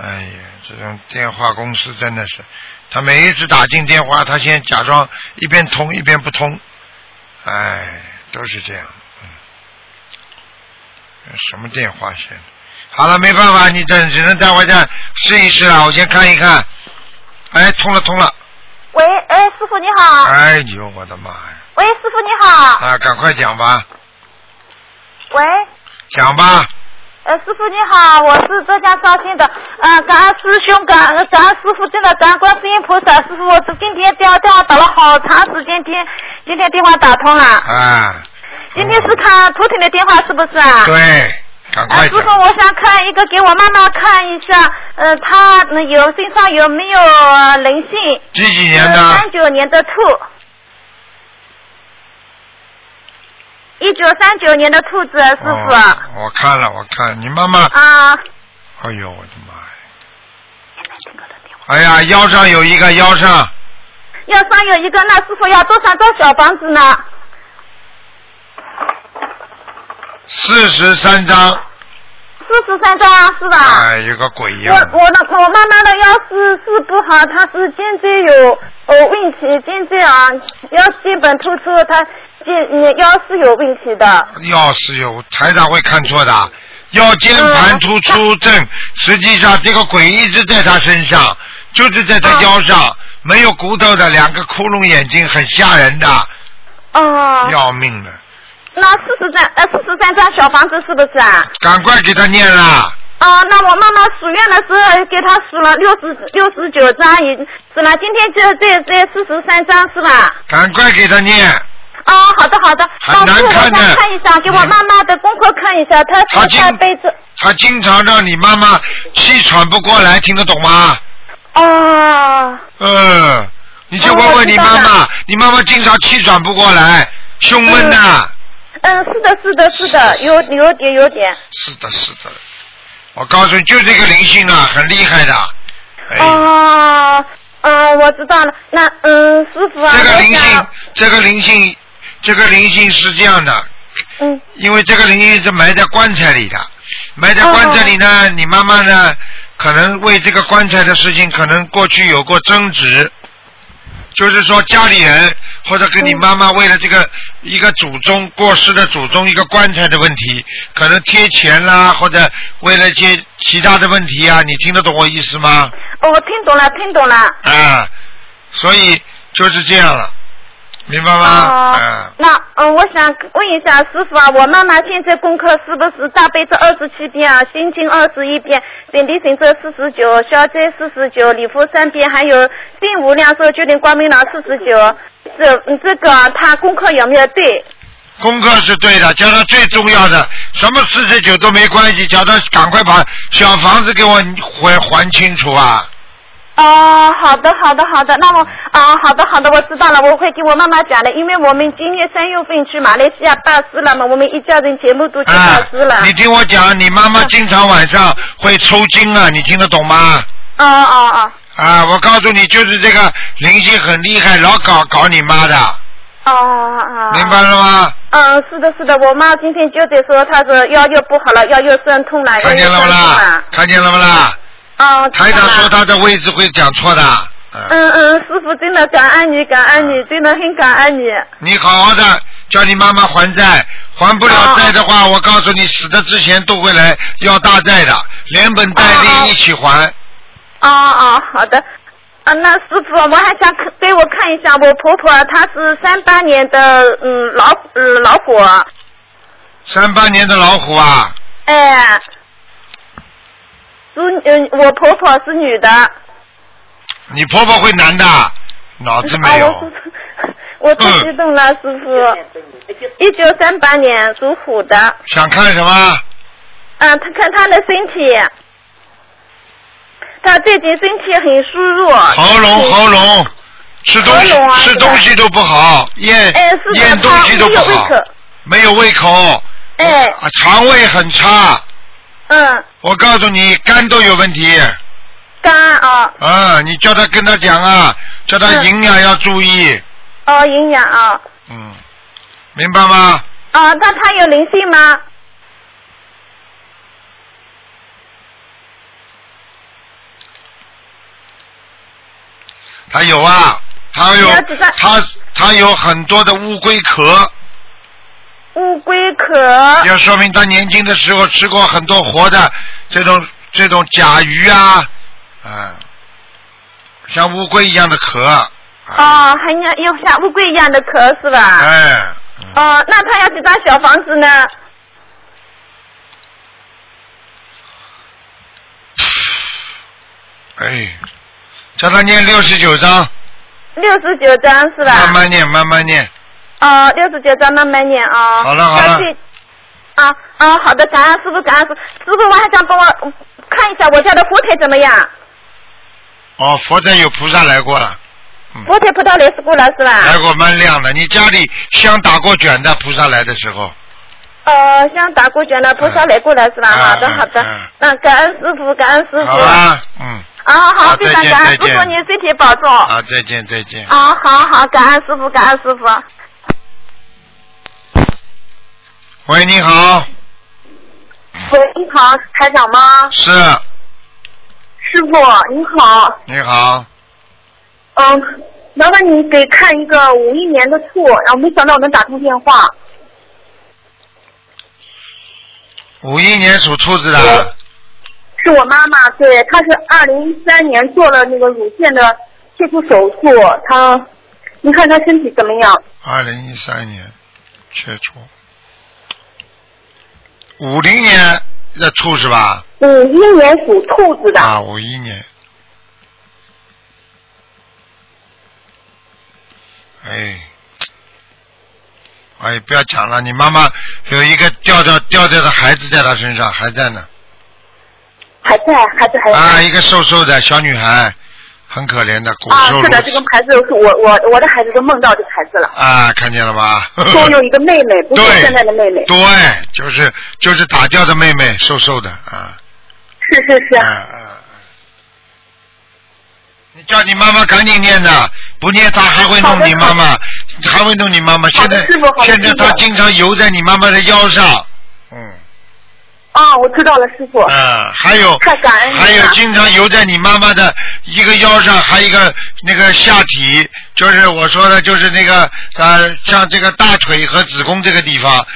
Speaker 1: 哎呀，这种电话公司真的是，他每一次打进电话，他先假装一边通一边不通，哎，都是这样，嗯，什么电话线？好了，没办法，你只只能待会儿再试一试了，我先看一看。哎，通了通了，
Speaker 3: 喂，哎，师傅你好。
Speaker 1: 哎呦我的妈呀！
Speaker 3: 喂，师傅你好。
Speaker 1: 啊，赶快讲吧，
Speaker 3: 喂，
Speaker 1: 讲吧，
Speaker 3: 呃，师傅你好，我是浙江绍兴的，呃，感恩师兄，感恩感恩师傅，真的感恩观世音菩萨，师傅，我今天电话电话打了好长时间，今今天电话打通了，
Speaker 1: 啊。
Speaker 3: 今天是看图腾的电话是不是啊？
Speaker 1: 对，赶
Speaker 3: 啊，
Speaker 1: 快
Speaker 3: 师
Speaker 1: 讲
Speaker 3: 傅，。我想看一个，给我妈妈看一下，呃，她嗯有身上有没有呃灵性？
Speaker 1: 几几年的？
Speaker 3: 呃三九年的兔。一九三九年的兔子，啊师傅。
Speaker 1: 哦。我看了，我看你妈妈，
Speaker 3: 啊，
Speaker 1: 哎呦我的妈呀！哎呀，腰上有一个，腰上
Speaker 3: 要上有一个，那师傅要多少张小房子呢？
Speaker 1: 四十三张，
Speaker 3: 四十三张啊是吧？
Speaker 1: 哎，有个鬼一
Speaker 3: 我
Speaker 1: 样的。
Speaker 3: 我的我妈妈的腰是是不好，她是颈椎有有问题，颈椎啊腰基本突出，她颈腰是有问题的。
Speaker 1: 要是有台长会看错的，腰间盘突出症，实际上这个鬼一直在他身上，就是在他腰上，没有骨头的，两个窟窿眼睛，很吓人的，
Speaker 3: 哦，
Speaker 1: 要命的，
Speaker 3: 那四十三呃四十三张小房子是不是啊？
Speaker 1: 赶快给他念啦！
Speaker 3: 哦，那我妈妈许愿的时候给她数了六十六十九张，已是吧？今天就这这四十三张是吧？
Speaker 1: 赶快给他念，
Speaker 3: 哦，好的好的，
Speaker 1: 很
Speaker 3: 那
Speaker 1: 难
Speaker 3: 师傅我
Speaker 1: 看
Speaker 3: 想
Speaker 1: 的嗯
Speaker 3: 看一下，给我妈妈的功课看一下，她
Speaker 1: 她
Speaker 3: 是在
Speaker 1: 今
Speaker 3: 背着。
Speaker 1: 他经常让你妈妈气喘不过来，听得懂吗？
Speaker 3: 哦，
Speaker 1: 嗯，你去问问你妈
Speaker 3: 哦我知
Speaker 1: 妈，你妈妈经常气喘不过来，胸闷的。
Speaker 3: 嗯，是的是的是的，有有点有点。
Speaker 1: 是的，是的，我告诉你，就这个灵性啊，很厉害的。哎，
Speaker 3: 哦，嗯，我知道了。那嗯，师傅啊，
Speaker 1: 这个灵
Speaker 3: 我
Speaker 1: 性
Speaker 3: 想，，
Speaker 1: 这个灵性，这个灵性是这样的，
Speaker 3: 嗯，
Speaker 1: 因为这个灵性是埋在棺材里的，埋在棺材里呢，你妈妈呢，可能为这个棺材的事情，可能过去有过争执。就是说，家里人或者跟你妈妈为了这个一个祖宗过世的祖宗一个棺材的问题，可能贴钱啦，或者为了一些其他的问题啊，你听得懂我意思吗？
Speaker 3: 哦我听懂了听懂了。
Speaker 1: 啊，所以就是这样了。明白吗？
Speaker 3: 哦
Speaker 1: 嗯，，
Speaker 3: 那嗯，我想问一下师傅啊，我妈妈现在功课是不是大悲咒二十七遍啊，心经二十一遍，准提神咒四十九，消灾四十九，礼佛三遍，还有定无量寿决定光明堂四十九，这嗯这个她功课有没有对？
Speaker 1: 功课是对的，叫他最重要的，什么四十九都没关系，叫他赶快把小房子给我还还清楚啊！
Speaker 3: 哦，好的，好的，好的，那我啊、好的，好的，我知道了，我会给我妈妈讲的，因为我们今年三月份去马来西亚拜师了嘛，我们一家人全部都去
Speaker 1: 啊
Speaker 3: 拜师了。，
Speaker 1: 你听我讲，你妈妈经常晚上会抽筋啊，你听得懂吗？
Speaker 3: 哦哦哦
Speaker 1: 啊，我告诉你，就是这个灵性很厉害，老搞搞你妈的，
Speaker 3: 哦哦。
Speaker 1: 明白了吗？
Speaker 3: 嗯，是的，是的，我妈今天就得说，她说腰又不好了，腰又酸痛了，腰
Speaker 1: 看
Speaker 3: 又
Speaker 1: 见了
Speaker 3: 酸
Speaker 1: 不
Speaker 3: 痛
Speaker 1: 啦
Speaker 3: 了？。
Speaker 1: 看见了不啦？
Speaker 3: 啊，知道
Speaker 1: 台长
Speaker 3: 了
Speaker 1: 说他的位置会讲错的。嗯，
Speaker 3: 嗯嗯，师傅真的感恩你，感恩你，真的很感恩你。
Speaker 1: 你好好的叫你妈妈还债，还不
Speaker 3: 啊
Speaker 1: 了债的话，我告诉你，死的之前都会来要大债的，连本带
Speaker 3: 哦哦
Speaker 1: 利一起还。
Speaker 3: 哦哦，好的。啊，那师傅，我还想看给我看一下，我婆婆她是三八年的，嗯，老嗯老虎，
Speaker 1: 三八年的老虎啊，
Speaker 3: 哎，属嗯，我婆婆是女的，啊，
Speaker 1: 哦你婆婆会男的，脑
Speaker 3: 啊我
Speaker 1: 子没有。 (laughs)
Speaker 3: 是我太激动了，师傅，一九三八年属虎的。
Speaker 1: 想看什么？
Speaker 3: 嗯，他看他的身体，他最近身体很虚弱。
Speaker 1: 喉咙喉。咙，吃东西、
Speaker 3: 喉咙啊
Speaker 1: 吃
Speaker 3: 是吧
Speaker 1: 东西都不好，咽、
Speaker 3: 哎，是
Speaker 1: 咽
Speaker 3: 的，
Speaker 1: 东
Speaker 3: 他
Speaker 1: 西
Speaker 3: 没
Speaker 1: 都不
Speaker 3: 有胃
Speaker 1: 好，
Speaker 3: 口。
Speaker 1: 没有胃口，
Speaker 3: 哎，
Speaker 1: 啊，肠胃很差。
Speaker 3: 嗯，
Speaker 1: 我告诉你，肝都有问题
Speaker 3: 肝啊，
Speaker 1: 啊！你叫他跟他讲啊，叫他
Speaker 3: 嗯
Speaker 1: 营养要注意，
Speaker 3: 哦，营养啊，
Speaker 1: 嗯，明白吗？
Speaker 3: 啊，那他有灵性吗？
Speaker 1: 他有啊，他有
Speaker 3: 你要知道
Speaker 1: 他他有很多的乌龟壳，
Speaker 3: 乌龟壳。
Speaker 1: 要说明他年轻的时候吃过很多活的这种这种甲鱼啊，啊，像乌龟一样的壳，啊，
Speaker 3: 哦，还有有像乌龟一样的壳是吧？
Speaker 1: 哎，嗯
Speaker 3: 哦，那他要几张小房子呢？
Speaker 1: 哎，叫他念六十九章，
Speaker 3: 六十九张是吧？
Speaker 1: 慢慢念，慢慢念。
Speaker 3: 哦，六十九章慢慢念啊。
Speaker 1: 好了好了
Speaker 3: 要记啊啊，好的，感恩师傅，感恩师傅，师傅，我还想帮我嗯看一下我家的佛台怎么样？
Speaker 1: 哦，佛台有菩萨来过了，嗯
Speaker 3: 佛台不到雷师过了是
Speaker 1: 来
Speaker 3: 吧？
Speaker 1: 过蛮亮的。你家里香打过卷的，菩萨来的时候，
Speaker 3: 呃，像打过卷了，菩萨来过了是吧？
Speaker 1: 嗯
Speaker 3: 好的
Speaker 1: 嗯
Speaker 3: 好的
Speaker 1: 嗯，
Speaker 3: 那感恩师傅，感恩师
Speaker 1: 好
Speaker 3: 傅。
Speaker 1: 吧？嗯，
Speaker 3: 啊，
Speaker 1: 好
Speaker 3: 好，非常
Speaker 1: 再见
Speaker 3: 感恩
Speaker 1: 再
Speaker 3: 师
Speaker 1: 见
Speaker 3: 傅，您身体保重。啊，
Speaker 1: 好，再见，再见。
Speaker 3: 好好，感恩师傅，感恩师傅。
Speaker 1: 喂，你好，
Speaker 6: 喂，你好，台长吗？
Speaker 1: 是，
Speaker 6: 师傅，你好。
Speaker 1: 你好，
Speaker 6: 嗯，麻烦你给看一个五一年的兔，然后没想到我能打通电话。
Speaker 1: 五一年属兔子的，
Speaker 6: 是我妈妈，对，她是二零一三年做了那个乳腺的切除手术，她，您看她身体怎么样？
Speaker 1: 二零一三年，切除，五零年的兔是吧？
Speaker 6: 五一年属兔子的，
Speaker 1: 啊，五一年。哎，哎，不要讲了，你妈妈有一个掉掉掉掉的孩子在她身上，还在呢。
Speaker 6: 还在，还在，还在。
Speaker 1: 啊，一个瘦瘦的小女孩，很可怜的，骨
Speaker 6: 啊
Speaker 1: 瘦
Speaker 6: 是的，
Speaker 1: 如
Speaker 6: 这个孩子是我我我的孩子都梦到这个孩子了，
Speaker 1: 啊，看见了吧？
Speaker 6: 说有一个妹妹，不是
Speaker 1: 对
Speaker 6: 现在的妹
Speaker 1: (laughs)
Speaker 6: 妹，
Speaker 1: 对，就是就是打掉的妹妹，瘦瘦的啊。
Speaker 6: 是是是，
Speaker 1: 啊啊啊你叫你妈妈赶紧念的，不念她还会弄你妈妈，还会弄你妈妈。现
Speaker 6: 好的
Speaker 1: 在
Speaker 6: 师傅好的
Speaker 1: 现在
Speaker 6: 师傅
Speaker 1: 她经常游在你妈妈的腰上，嗯，
Speaker 6: 啊，我知道了，师傅，
Speaker 1: 啊，还有
Speaker 6: 太感恩您了
Speaker 1: 还有经常游在你妈妈的一个腰上，还有一个那个下体，就是我说的，就是那个呃，像这个大腿和子宫这个地方，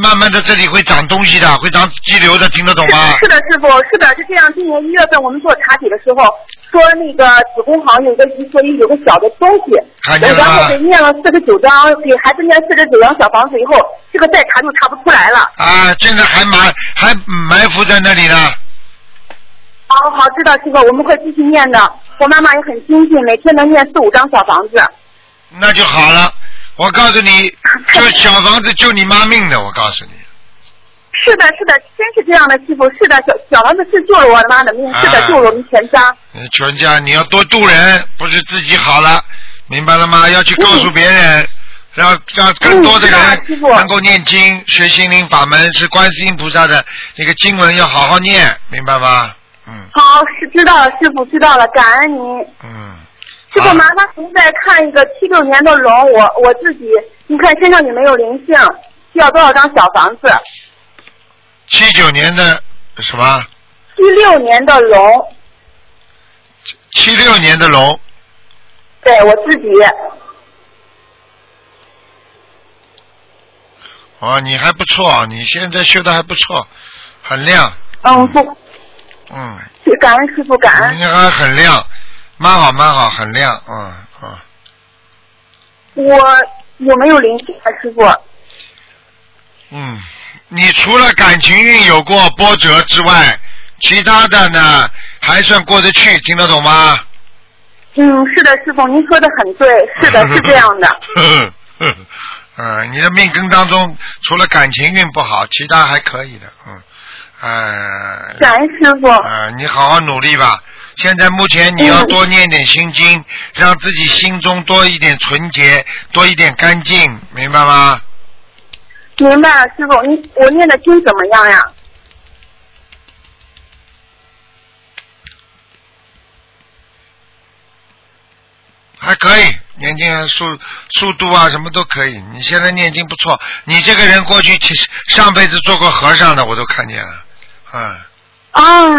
Speaker 1: 慢慢的这里会长东西的，会长肌瘤的，听得懂吗？
Speaker 6: 是的，师傅，是的，是这样。今年一月份我们做查体的时候，说那个子宫好像有个疑似有个小的东西，
Speaker 1: 看见了
Speaker 6: 然后给念了四十九章，给孩子念四十九张小房子以后，这个再查就查不出来了。
Speaker 1: 啊，现在还埋还埋伏在那里呢。
Speaker 6: 好好，知道师傅，我们会继续念的。我妈妈也很精进，每天能念四五张小房子。
Speaker 1: 那就好了。我告诉你，这小房子救你妈命的，我告诉你。
Speaker 6: 是的，是的，真是这样的，师傅，是的，小小房子是救了我妈的命，是的
Speaker 1: 啊，
Speaker 6: 救了我们全家。
Speaker 1: 你呃全家你要多度人，不是自己好了，明白了吗？要去告诉别人，让让更多的
Speaker 6: 嗯
Speaker 1: 人
Speaker 6: 是的师傅
Speaker 1: 能够念经、学心灵法门，是观世音菩萨的那个经文，要好好念，明白吗？嗯
Speaker 6: 好，是知道了，师傅知道了，感恩您。
Speaker 1: 嗯。
Speaker 6: 师
Speaker 1: 好
Speaker 6: 傅，麻烦您再看一个七六年的龙，我我自己，你看身上有没有灵性？需要多少张小房子？
Speaker 1: 七九年的什么？
Speaker 6: 七六年的龙，
Speaker 1: 七六年的龙，
Speaker 6: 对我自己，
Speaker 1: 哦，你还不错，你现在修的还不错，很亮，
Speaker 6: 嗯，不，
Speaker 1: 嗯，
Speaker 6: 感哎恩师傅，感恩。
Speaker 1: 你还很亮，蛮好蛮好，很亮，嗯嗯。
Speaker 6: 我有没有灵性啊，师傅？
Speaker 1: 嗯，你除了感情运有过波折之外，其他的呢还算过得去，听得懂吗？
Speaker 6: 嗯，是的，师傅，您说的很对， (laughs)
Speaker 1: (laughs)
Speaker 6: 是的，是这样的。
Speaker 1: 嗯，你的命根当中除了感情运不好，其他还可以的，嗯，呃，
Speaker 6: 感恩师傅，
Speaker 1: 呃，你好好努力吧。现在目前你要
Speaker 6: 嗯
Speaker 1: 多念点心经，让自己心中多一点纯洁，多一点干净，明白吗？
Speaker 6: 明白了，师傅，您我念的经怎么样呀？
Speaker 1: 还可以，念经啊速速度啊，什么都可以。你现在念经不错，你这个人过去其实上辈子做过和尚的，我都看见了，嗯。
Speaker 6: 哦，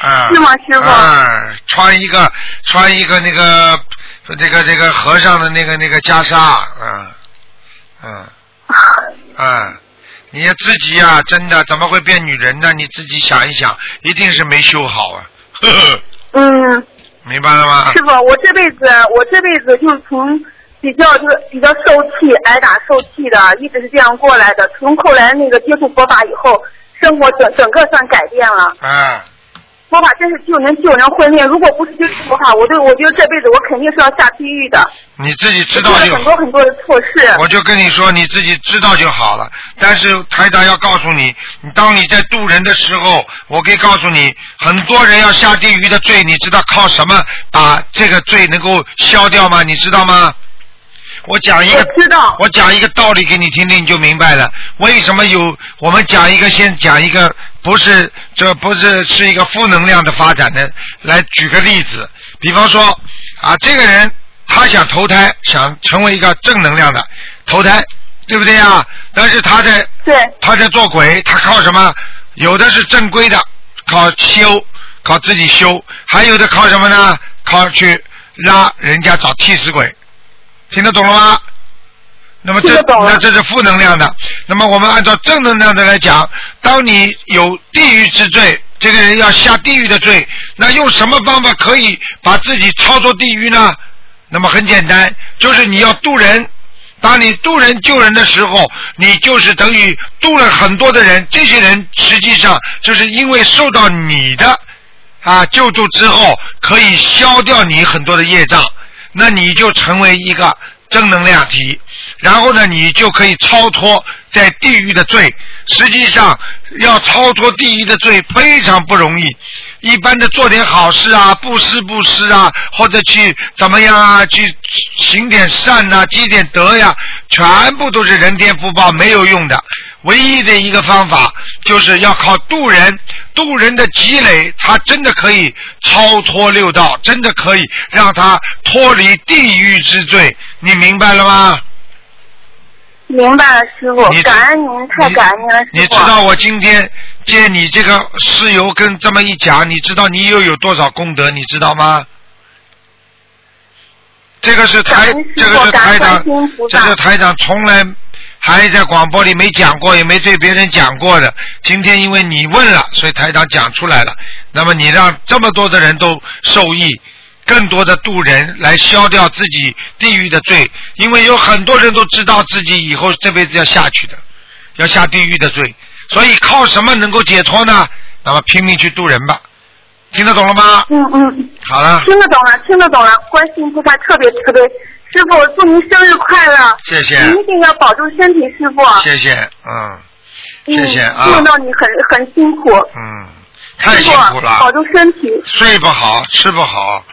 Speaker 1: 啊，
Speaker 6: 是吗师傅
Speaker 1: 啊，穿一个穿一个那个这个这个和尚的那个那个袈裟，啊，
Speaker 6: (laughs)
Speaker 1: 嗯，啊，你自己呀、真的怎么会变女人呢？你自己想一想，一定是没修好啊， (laughs) 呵呵，
Speaker 6: 嗯，
Speaker 1: 明白了吗
Speaker 6: 师？傅，我这辈子我这辈子就是从比较就是比较受气、挨打、受气的，一直是这样过来的。从后来那个接触佛法以后，生活整整个算改变了。
Speaker 1: 啊，
Speaker 6: 佛法真是救人救人慧命，如果不是接触佛法，我对我觉得这辈子我肯定是要下地狱的。
Speaker 1: 你自己知
Speaker 6: 做
Speaker 1: 道
Speaker 6: 了
Speaker 1: 就
Speaker 6: 很多很多的错事。
Speaker 1: 我就跟你说，你自己知道就好了。但是台长要告诉你，你当你在渡人的时候，我可以告诉你，很多人要下地狱的罪，你知道靠什么把这个罪能够消掉吗？你知道吗？我讲一个，
Speaker 6: 我知道
Speaker 1: 我讲一个道理给你听听，你就明白了。为什么有我们讲一个，先讲一个，不是这不是是一个负能量的发展的。来举个例子，比方说啊，这个人他想投胎，想成为一个正能量的投胎，对不对啊？但是他在
Speaker 6: 对，
Speaker 1: 他在做鬼，他靠什么？有的是正规的，靠修，靠自己修；还有的靠什么呢？靠去拉人家找替死鬼，听得懂了吗？那么
Speaker 6: 听
Speaker 1: 这
Speaker 6: 得懂了
Speaker 1: 那这是负能量的。那么我们按照正能量的来讲，当你有地狱之罪，这个人要下地狱的罪，那用什么方法可以把自己超脱地狱呢？那么很简单，就是你要渡人。当你渡人救人的时候，你就是等于渡了很多的人。这些人实际上就是因为受到你的啊救助之后，可以消掉你很多的业障，那你就成为一个正能量体。然后呢，你就可以超脱在地狱的罪。实际上，要超脱地狱的罪非常不容易。一般的做点好事啊，布施布施啊，或者去怎么样啊，去行点善呐、积点德呀，全部都是人天福报，没有用的。唯一的一个方法就是要靠渡人，渡人的积累，他真的可以超脱六道，真的可以让他脱离地狱之罪。你明白了吗？
Speaker 6: 明白了，师傅
Speaker 1: 你，
Speaker 6: 感恩您，太感恩您了，师傅。
Speaker 1: 你知道我今天借你这个石油跟这么一讲，你知道你又有多少功德，你知道吗？这个是台
Speaker 7: 感恩师，父
Speaker 1: 这个是
Speaker 7: 感
Speaker 1: 台
Speaker 7: 恩
Speaker 1: 长
Speaker 7: 观世音菩，
Speaker 1: 这
Speaker 7: 萨
Speaker 1: 是台长从来还在广播里没讲过，也没对别人讲过的。今天因为你问了，所以台长讲出来了。那么你让这么多的人都受益，更多的渡人来消掉自己地狱的罪，因为有很多人都知道自己以后这辈子要下去的，要下地狱的罪，所以靠什么能够解脱呢？那么拼命去渡人吧，听得懂了吗？
Speaker 7: 嗯嗯，
Speaker 1: 好了，
Speaker 7: 听得懂了，听得懂了。观世音菩萨特别慈悲，师傅祝您生日快乐！
Speaker 1: 谢谢，
Speaker 7: 您一定要保重身体，师傅。
Speaker 1: 谢谢，嗯。
Speaker 7: 嗯
Speaker 1: 谢谢啊
Speaker 7: 梦到你很很辛苦，
Speaker 1: 嗯，太
Speaker 7: 师
Speaker 1: 辛
Speaker 7: 傅
Speaker 1: 苦了，
Speaker 7: 保重身体。
Speaker 1: 睡不好，吃不好，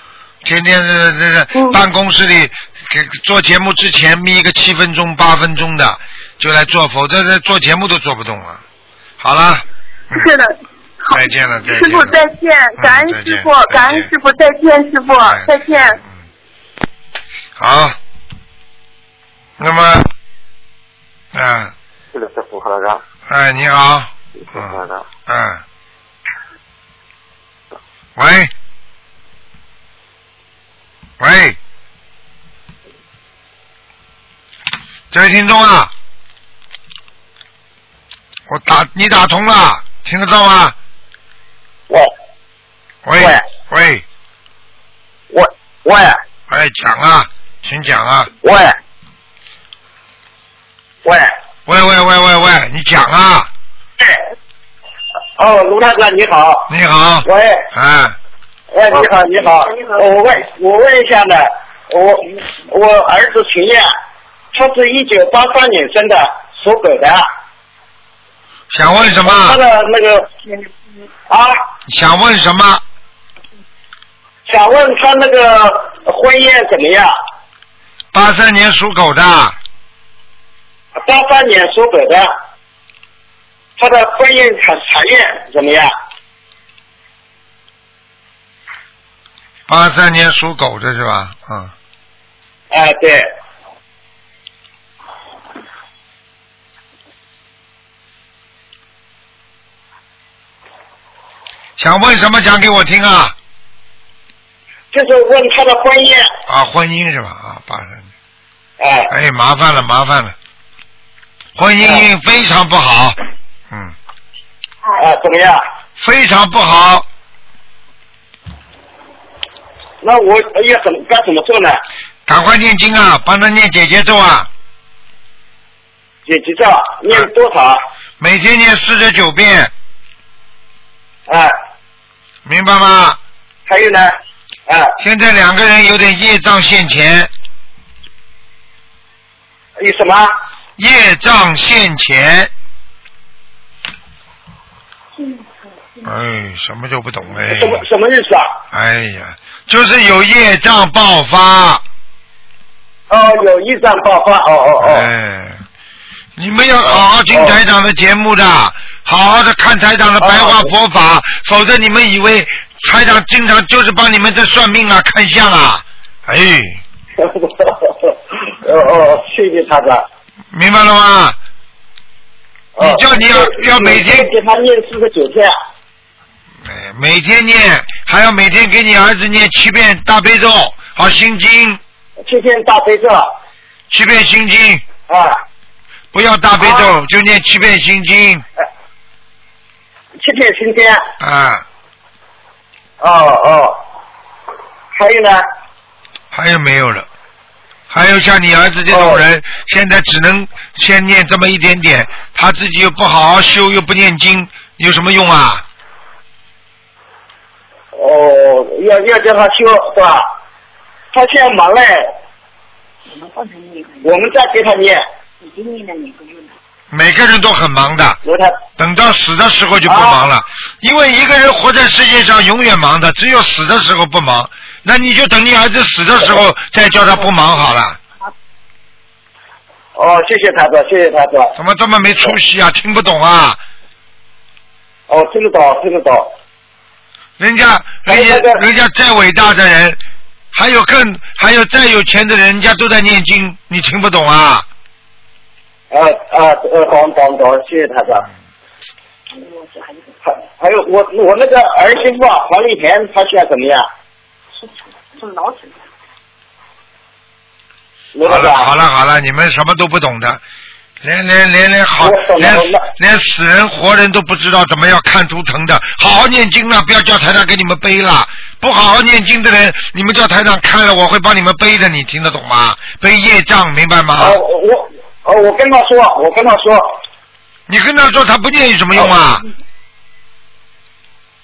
Speaker 1: 天天这这这
Speaker 7: 嗯
Speaker 1: 办公室里给做节目之前眯个七分钟八分钟的就来做，否则这做节目都做不动了。好了，嗯
Speaker 7: 是的，好
Speaker 1: 再见了，再
Speaker 7: 师
Speaker 1: 见
Speaker 7: 傅
Speaker 1: 了，
Speaker 7: 再见，感恩
Speaker 1: 嗯再见
Speaker 7: 师傅
Speaker 1: 再见，
Speaker 7: 感恩师傅再见，师傅
Speaker 1: 哎
Speaker 7: 再见。
Speaker 1: 嗯好，那么，嗯，
Speaker 8: 是的，师傅，好了，
Speaker 1: 哎，你好，
Speaker 8: 师傅，好
Speaker 1: 嗯
Speaker 8: 了，
Speaker 1: 嗯，喂，喂，这位听众啊，我打你打通了，听得到吗？
Speaker 8: 喂
Speaker 1: 喂
Speaker 8: 喂
Speaker 1: 喂
Speaker 8: 喂喂
Speaker 1: 哎，讲啊，请讲啊，
Speaker 8: 喂喂，
Speaker 1: 喂喂喂喂喂，你讲啊，
Speaker 8: 哦，卢大哥你好，
Speaker 1: 你好，
Speaker 8: 喂
Speaker 1: 啊，
Speaker 8: 喂你好哦你好，我问我问一下呢，我我儿子群燕，他是一九八三年生的，属狗的，
Speaker 1: 想问什
Speaker 8: 他
Speaker 1: 么？
Speaker 8: 的那个啊，
Speaker 1: 想问什么？
Speaker 8: 想问他那个婚姻怎么样？
Speaker 1: 八三年属狗的，
Speaker 8: 八三年属狗的，他的婚姻产产业怎么样？
Speaker 1: 八三年属狗的是吧？嗯。
Speaker 8: 哎、对，
Speaker 1: 想问什么讲给我听啊？
Speaker 8: 就是问他的婚姻，
Speaker 1: 啊，婚姻是吧？啊，八三年，
Speaker 8: 哎、
Speaker 1: 哎，麻烦了，麻烦了，婚姻非常不好，嗯，
Speaker 8: 哎、怎么样？
Speaker 1: 非常不好。
Speaker 8: 那我要怎么该怎么做呢？
Speaker 1: 赶快念经啊，帮他念姐姐咒啊，
Speaker 8: 解急症念多少？啊
Speaker 1: 每天念四十九遍，
Speaker 8: 哎、
Speaker 1: 明白吗？
Speaker 8: 还有呢？哎、
Speaker 1: 现在两个人有点业障现前，
Speaker 8: 有什么？
Speaker 1: 业障现前。哎，什么都不懂哎
Speaker 8: 嗯什，么什么意思啊？
Speaker 1: 哎呀，就是有业障爆发。
Speaker 8: 哦，有一战爆发，哦哦哦，
Speaker 1: 哎，你们要好好听台长的节目的，
Speaker 8: 哦
Speaker 1: 好好的看台长的白话佛法，否则你们以为台长经常就是帮你们在算命啊、看相啊。哎，
Speaker 8: (laughs) 哦哦，谢谢他的。
Speaker 1: 明白了吗？
Speaker 8: 哦
Speaker 1: 你叫你要要每天
Speaker 8: 给他念四十九天，
Speaker 1: 哎，每天念，还要每天给你儿子念七遍大悲咒，好心经，
Speaker 8: 七天大悲咒，
Speaker 1: 七遍心经，
Speaker 8: 啊，
Speaker 1: 不要大悲咒
Speaker 8: 啊，
Speaker 1: 就念七遍心经
Speaker 8: 七天新天，
Speaker 1: 啊。
Speaker 8: 哦哦，还有呢，
Speaker 1: 还有没有了？还有像你儿子这种人，现在只能先念这么一点点，他自己又不好好修，又不念经，有什么用啊？
Speaker 8: 哦，要要叫他修是吧？他现在忙嘞，我们再给他念，
Speaker 1: 每个人都很忙的，
Speaker 8: 罗他，
Speaker 1: 等到死的时候就不忙了，因为一个人活在世界上永远忙的，只有死的时候不忙。那你就等你儿子死的时候再叫他不忙好了。
Speaker 8: 哦，谢谢他的，谢谢他的，
Speaker 1: 怎么这么没出息啊？听不懂啊？
Speaker 8: 哦，听得懂，听得懂，
Speaker 1: 人家人家
Speaker 8: 哎那个
Speaker 1: 人家再伟大的人，还有更还有再有钱的人，人家都在念经，你听不懂啊？
Speaker 8: 啊啊，呃，懂懂懂，谢谢他的。还还有我我那个儿媳妇啊，黄丽田，她现在怎么样？罗
Speaker 1: 好
Speaker 8: 台
Speaker 1: 了
Speaker 8: 长。
Speaker 1: 好了好了，你们什么都不懂的，连连连连好
Speaker 8: 我懂了
Speaker 1: 连
Speaker 8: 我懂
Speaker 1: 连死人活人都不知道怎么要看图腾的，好好念经了，不要叫台长给你们背了。不好好念经的人，你们叫台长看了，我会帮你们背的，你听得懂吗？背业障，明白吗？
Speaker 8: 呃，我呃，我跟他说，我跟他说，
Speaker 1: 你跟他说他不念有什么用啊？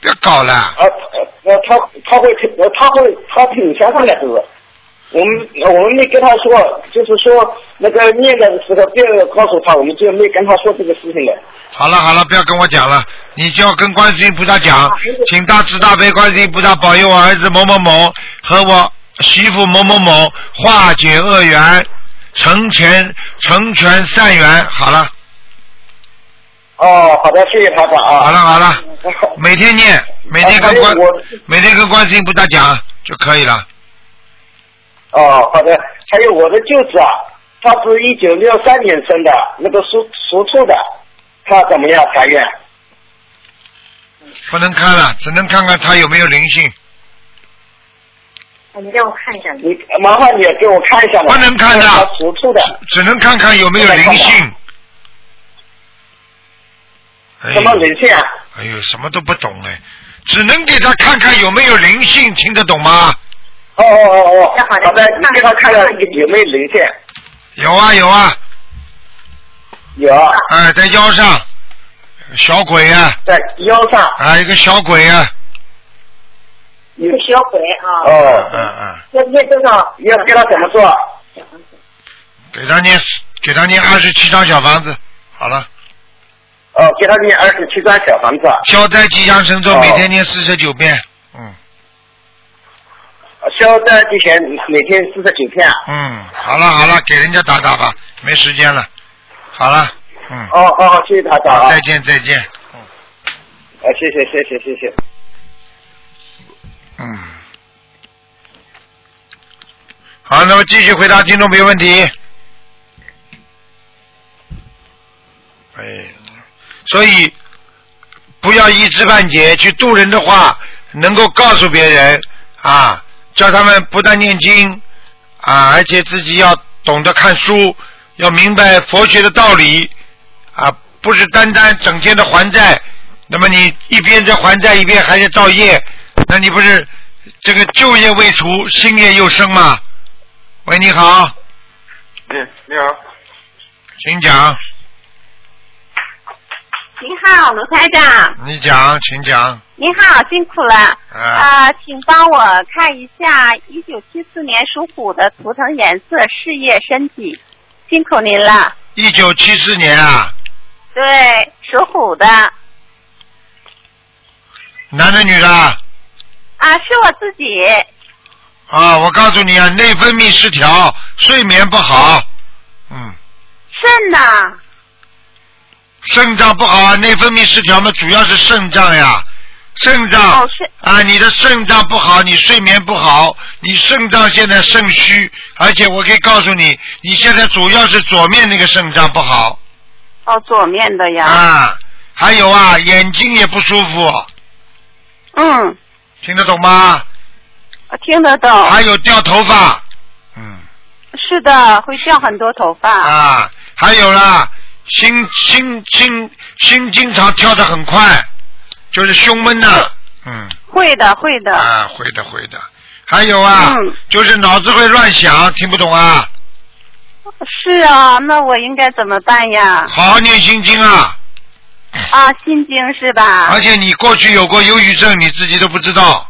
Speaker 1: 不要搞了，
Speaker 8: 呃呃，他他会听，呃他会他挺相信的，是不是？我们呃我们没跟他说，就是说那个念的时候，别人告诉他，我们就没跟他说这个事情的。
Speaker 1: 好了好了，不要跟我讲了，你就要跟观世音菩萨讲，请大慈大悲观世音菩萨保佑我儿子某某某和我媳妇某某某化解恶缘，成全成全善缘。好了
Speaker 8: 哦，好的，谢谢台长啊。
Speaker 1: 好了好了，
Speaker 8: (laughs)
Speaker 1: 每天念，每天跟观
Speaker 8: 哎我
Speaker 1: 每天跟观世音菩萨讲就可以了。
Speaker 8: 哦，好的。还有我的舅子啊，他是一九六三年生的，那个属属兔的，他怎么样财运？
Speaker 1: 不能看了，只能看看他有没有灵性。
Speaker 3: 哎你让我看一下。
Speaker 8: 你麻烦你给我看一下吧。
Speaker 1: 不能看的
Speaker 8: 他属兔的，
Speaker 1: 只能看看有没有灵性。哎
Speaker 8: 什么人性啊？
Speaker 1: 哎呦，什么都不懂哎，只能给他看看有没有灵性，听得懂吗？
Speaker 8: 哦哦哦哦，
Speaker 3: 好的
Speaker 8: 好的，你给他看看有没有人性？
Speaker 1: 有啊有啊，
Speaker 8: 有啊，
Speaker 1: 哎，在腰上，小鬼啊，
Speaker 8: 在腰上
Speaker 1: 啊，一个小鬼啊，
Speaker 8: 有
Speaker 3: 这。个小鬼啊，
Speaker 1: 嗯
Speaker 8: 哦，
Speaker 1: 嗯，
Speaker 3: 要念多少？
Speaker 8: 要给他怎么做？
Speaker 1: 给他念给他念二十七张小房子，好了，
Speaker 8: 哦，给他念二十七张小房子啊，
Speaker 1: 消灾吉祥神咒
Speaker 8: 哦
Speaker 1: 每天念四十九遍，嗯
Speaker 8: 消灾吉前每天四十九片啊。
Speaker 1: 嗯，好了好了，给人家打打吧，没时间了，好了，嗯，
Speaker 8: 哦哦，谢谢台长啊
Speaker 1: 再，见再见。
Speaker 8: 呃，谢谢谢谢谢谢。
Speaker 1: 嗯，好，那么继续回答听众朋友问题。哎，所以不要一知半解，去渡人的话，能够告诉别人啊，叫他们不但念经啊，而且自己要懂得看书，要明白佛学的道理啊，不是单单整天的还债。那么你一边在还债，一边还在造业，那你不是这个旧业未除，新业又生吗？喂，你好，
Speaker 9: 嗯，你好。
Speaker 1: 请讲，
Speaker 6: 您好，卢台长，
Speaker 1: 你讲，请讲，
Speaker 6: 您好，辛苦了。
Speaker 1: 啊，
Speaker 6: 啊、请帮我看一下一九七四年属虎的图腾颜色、事业、身体，辛苦您了。
Speaker 1: 一九七四年啊，
Speaker 6: 对，属虎的啊
Speaker 1: 男的女的啊
Speaker 6: 啊，是我自己。
Speaker 1: 啊？我告诉你啊，内分泌失调，睡眠不好，嗯，
Speaker 6: 肾呐，
Speaker 1: 肾脏不好啊，内分泌失调嘛，主要是肾脏呀，肾脏
Speaker 6: 哦是
Speaker 1: 啊，你的肾脏不好，你睡眠不好，你肾脏现在肾虚，而且我可以告诉你，你现在主要是左面那个肾脏不好。
Speaker 6: 哦，左面的呀。
Speaker 1: 啊，还有啊，眼睛也不舒服，
Speaker 6: 嗯，
Speaker 1: 听得懂吗？
Speaker 6: 我听得懂。
Speaker 1: 还有掉头发，嗯，
Speaker 6: 是的，会掉很多头发。
Speaker 1: 啊，还有啦，心心心心经常跳得很快，就是胸闷呐、嗯，
Speaker 6: 会的，会的。
Speaker 1: 啊，会的会的。还有啊，
Speaker 6: 嗯
Speaker 1: 就是脑子会乱想，听不懂啊，
Speaker 6: 是啊，那我应该怎么
Speaker 1: (laughs)
Speaker 6: 办呀？
Speaker 1: 好好念心经啊。
Speaker 6: 啊，心经是吧？
Speaker 1: 而且你过去有过忧郁症，你自己都不知道。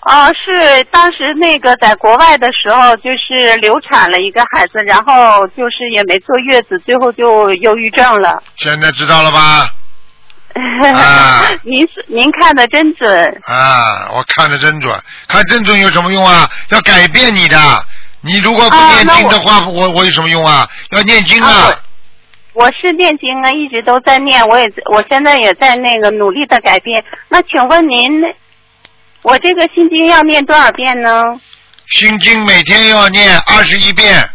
Speaker 6: 啊，是当时那个在国外的时候，就是流产了一个孩子，然后就是也没坐月子，最后就忧郁症了。
Speaker 1: 现在知道了吧？啊
Speaker 6: (laughs) 您是您看的真准。
Speaker 1: 啊，我看得真准，看真准有什么用啊？要改变你的，你如果不
Speaker 6: 啊
Speaker 1: 念
Speaker 6: 那
Speaker 1: 经的
Speaker 6: 我
Speaker 1: 话，我我有什么用啊？要念经啊！
Speaker 6: 啊我是念经啊，一直都在念，我也我现在也在那个努力的改变。那请问您，我这个心经要念多少遍呢？
Speaker 1: 心经每天要念二十一遍，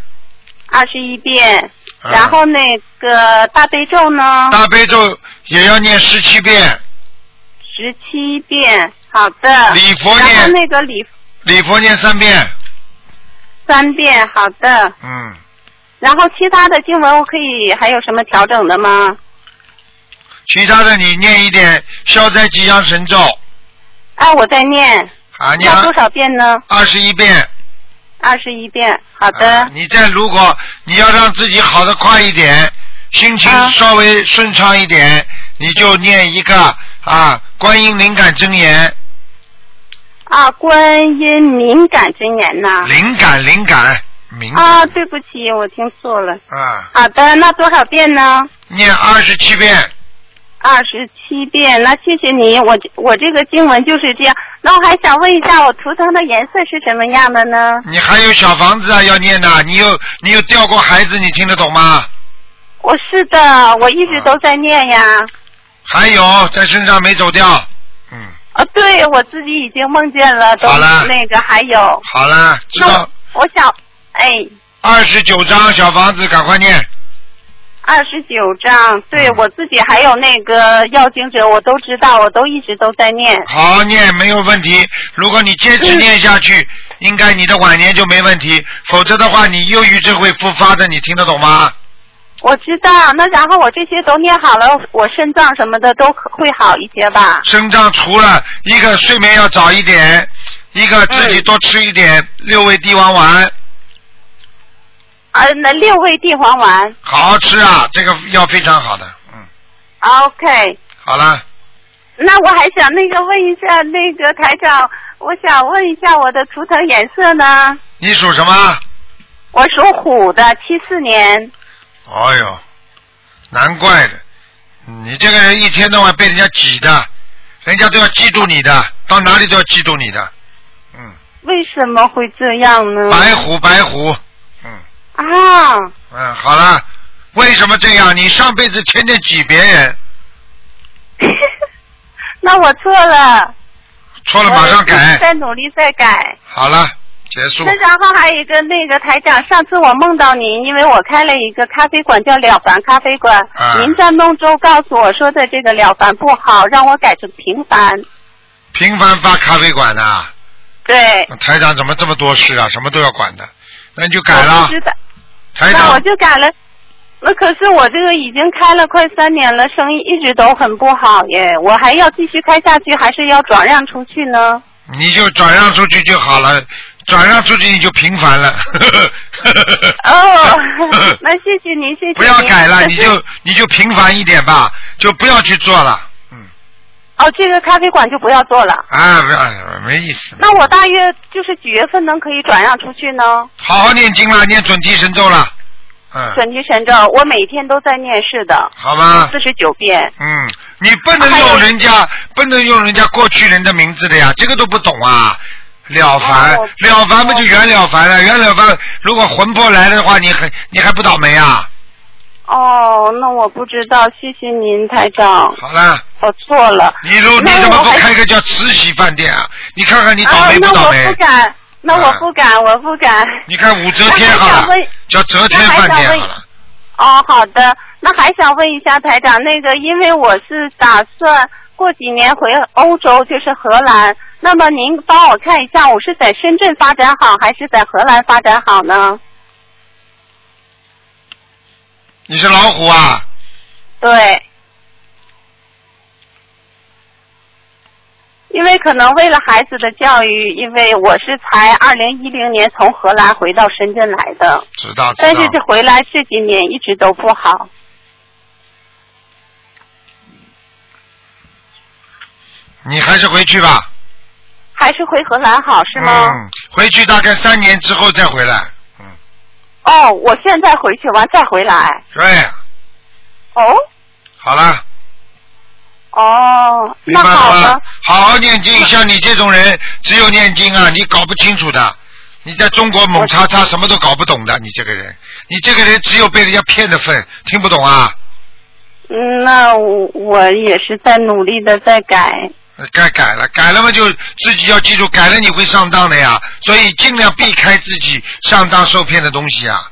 Speaker 6: 二十一遍。
Speaker 1: 啊
Speaker 6: 然后那个大悲咒呢？
Speaker 1: 大悲咒也要念十七遍，
Speaker 6: 十七遍。好的。
Speaker 1: 礼佛
Speaker 6: 然后
Speaker 1: 念
Speaker 6: 那个礼
Speaker 1: 礼佛念三遍，
Speaker 6: 三遍，好的。
Speaker 1: 嗯，
Speaker 6: 然后其他的经文我可以还有什么调整的吗？
Speaker 1: 其他的你念一点消灾吉祥神咒
Speaker 6: 啊，我在念，
Speaker 1: 啊，念
Speaker 6: 要多少遍呢？
Speaker 1: 二十一遍。
Speaker 6: 二十一遍，好的。
Speaker 1: 啊你再如果你要让自己好的快一点，心情
Speaker 6: 啊
Speaker 1: 稍微顺畅一点，你就念一个啊观音灵感真言，
Speaker 6: 啊，观音敏感真言呐、
Speaker 1: 灵感灵感敏感
Speaker 6: 啊，对不起，我听错了。
Speaker 1: 啊，
Speaker 6: 好的，那多少遍呢？
Speaker 1: 念二十七遍。
Speaker 6: 二十七遍，那谢谢你，我这我这个经文就是这样。那我还想问一下，我图腾的颜色是什么样的呢？
Speaker 1: 你还有小房子啊要念的，你有你有掉过孩子，你听得懂吗？
Speaker 6: 我是的，我一直都在念呀。
Speaker 1: 还有在身上没走掉，嗯
Speaker 6: 啊，对我自己已经梦见了，都
Speaker 1: 好了
Speaker 6: 那个还有，
Speaker 1: 好了，知道
Speaker 6: 我想，哎，
Speaker 1: 二十九张小房子，赶快念。
Speaker 6: 二十九章，对
Speaker 1: 嗯
Speaker 6: 我自己还有那个要经者，我都知道，我都一直都在念。
Speaker 1: 好好念没有问题。如果你坚持念下去，应该你的晚年就没问题。否则的话，你忧郁症会复发的。你听得懂吗？
Speaker 6: 我知道，那然后我这些都念好了，我肾脏什么的都可会好一些吧？
Speaker 1: 肾脏除了一个睡眠要早一点，一个自己多吃一点六味地黄丸，
Speaker 6: 啊，那六味地黄丸
Speaker 1: 好好吃啊，这个药非常好的。嗯
Speaker 6: 啊，OK。
Speaker 1: 好了，
Speaker 6: 那我还想那个问一下那个台长，我想问一下我的图腾颜色呢？
Speaker 1: 你属什么？
Speaker 6: 我属虎的，七四年。
Speaker 1: 哎呦，难怪的，你这个人一天到晚被人家挤的，人家都要嫉妒你的，到哪里都要嫉妒你的。嗯
Speaker 6: 为什么会这样呢？
Speaker 1: 白虎，白虎。哎
Speaker 6: 啊， (laughs)
Speaker 1: 嗯，好了，为什么这样？你上辈子天天挤别人，
Speaker 6: 那我错了。
Speaker 1: 错了马上
Speaker 6: 我
Speaker 1: 改。
Speaker 6: 再努力再改。
Speaker 1: 好了，结束
Speaker 6: 那。然后还有一个那个台长，上次我梦到您，因为我开了一个咖啡馆叫了凡咖啡馆，
Speaker 1: 啊
Speaker 6: 您在梦中告诉我说的这个了凡不好，让我改成平凡。
Speaker 1: 频繁发咖啡馆的、
Speaker 6: 对，
Speaker 1: 台长怎么这么多事啊？什么都要管的，那你就改
Speaker 6: 我
Speaker 1: 了
Speaker 6: 不。知道，
Speaker 1: 台
Speaker 6: 那我
Speaker 1: 长，
Speaker 6: 就改了。那可是我这个已经开了快三年了，生意一直都很不好耶，我还要继续开下去，还是要转让出去呢？
Speaker 1: 你就转让出去就好了，转让出去你就频繁了。 (laughs)
Speaker 6: 哦，那谢谢您，谢谢您。
Speaker 1: 不要改了，
Speaker 6: 可
Speaker 1: 你
Speaker 6: 是
Speaker 1: 就你就频繁一点吧，就不要去做了。
Speaker 6: 哦，这个咖啡馆就不要做了。
Speaker 1: 啊，不要，没意思。
Speaker 6: 那我大约就是几月份能可以转让出去呢？
Speaker 1: 好好念经了，念准提神咒了。嗯。
Speaker 6: 准提神咒，我每天都在念，是的，
Speaker 1: 好吗？
Speaker 6: 四十九遍。
Speaker 1: 嗯，你不能用人家，不能用人家过去人的名字的呀，这个都不懂啊。了凡，
Speaker 6: 哦
Speaker 1: 了凡不就袁了凡了？袁了凡，如果魂魄来了的话，你还你还不倒霉啊？
Speaker 6: 哦，那我不知道，谢谢您，台长，
Speaker 1: 好了，
Speaker 6: 我错了。
Speaker 1: 你如你
Speaker 6: 那
Speaker 1: 怎么
Speaker 6: 我
Speaker 1: 不
Speaker 6: 还
Speaker 1: 开个叫慈禧饭店啊？你看看你倒
Speaker 6: 啊
Speaker 1: 霉，
Speaker 6: 那
Speaker 1: 倒霉？
Speaker 6: 我不敢，那我不敢，我不敢。
Speaker 1: 你看武则天好
Speaker 6: 那还
Speaker 1: 了
Speaker 6: 想问，
Speaker 1: 叫则天饭店好了。
Speaker 6: 哦，好的。那还想问一下台长，那个因为我是打算过几年回欧洲，就是荷兰。那么您帮我看一下，我是在深圳发展好，还是在荷兰发展好呢？
Speaker 1: 你是老虎啊？
Speaker 6: 对。因为可能为了孩子的教育，因为我是才二零一零年从荷兰回到深圳来的，
Speaker 1: 知道知
Speaker 6: 但是
Speaker 1: 道
Speaker 6: 这。回来这几年一直都不好。
Speaker 1: 你还是回去吧。
Speaker 6: 还是回荷兰好是吗？
Speaker 1: 嗯，回去大概三年之后再回来。
Speaker 6: 哦，我现在回去完再回来。
Speaker 1: 对，
Speaker 6: 哦
Speaker 1: 好了。
Speaker 6: 哦，
Speaker 1: 明
Speaker 6: 那
Speaker 1: 白
Speaker 6: 好
Speaker 1: 了吗
Speaker 6: 的，？
Speaker 1: 好好念经，像你这种人，只有念经啊，你搞不清楚的。你在中国猛叉叉，什么都搞不懂的，你这个人，你这个人只有被人家骗的份，听不懂啊？
Speaker 6: 嗯那我我也是在努力的在改。
Speaker 1: 呃该改了，改了嘛就自己要记住，改了你会上当的呀，所以尽量避开自己上当受骗的东西啊。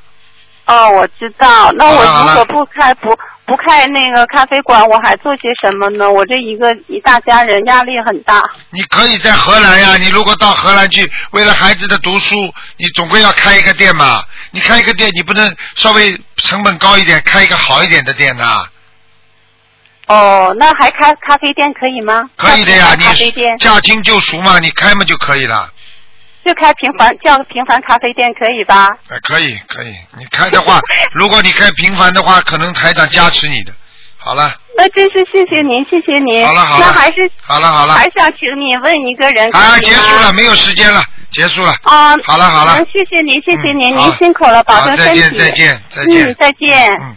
Speaker 6: 哦，我知道。那
Speaker 1: 好了好
Speaker 6: 我
Speaker 1: 了
Speaker 6: 如果不开不不开那个咖啡馆，我还做些什么呢？我这一个一大家人压力很大。
Speaker 1: 你可以在荷兰呀，你如果到荷兰去，为了孩子的读书，你总归要开一个店嘛。你开一个店，你不能稍微成本高一点，开一个好一点的店呐、
Speaker 6: 哦，那还开咖啡店可以吗？
Speaker 1: 可以的呀，
Speaker 6: 咖啡店
Speaker 1: 你驾轻就熟嘛，你开嘛就可以了。
Speaker 6: 就开平凡叫平凡咖啡店可以吧？
Speaker 1: 哎，可以可以，你开的
Speaker 6: (laughs)
Speaker 1: 话，如果你开平凡的话，可能台长加持你的。好了，
Speaker 6: 那真是谢谢您，谢谢您。
Speaker 1: 好了好了
Speaker 6: 那还是
Speaker 1: 好了好了，
Speaker 6: 还想请你问一个人可以吗。
Speaker 1: 啊，结束了，没有时间了，结束了。
Speaker 6: 啊，
Speaker 1: 好了好了
Speaker 6: 嗯谢谢您，谢谢您，
Speaker 1: 嗯好
Speaker 6: 您辛苦了，保
Speaker 1: 好
Speaker 6: 重
Speaker 1: 再
Speaker 6: 身体。
Speaker 1: 见再见再见
Speaker 6: 嗯，再见。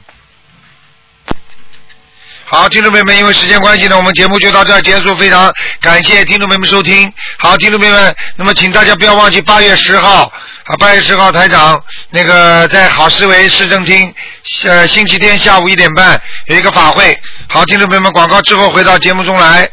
Speaker 1: 好，听众朋友们，因为时间关系呢，我们节目就到这儿结束。非常感谢听众朋友们收听。好，听众朋友们，那么请大家不要忘记八月十号啊，八月十号台长那个在好思维市政厅，呃，星期天下午一点半有一个法会。好，听众朋友们，广告之后回到节目中来。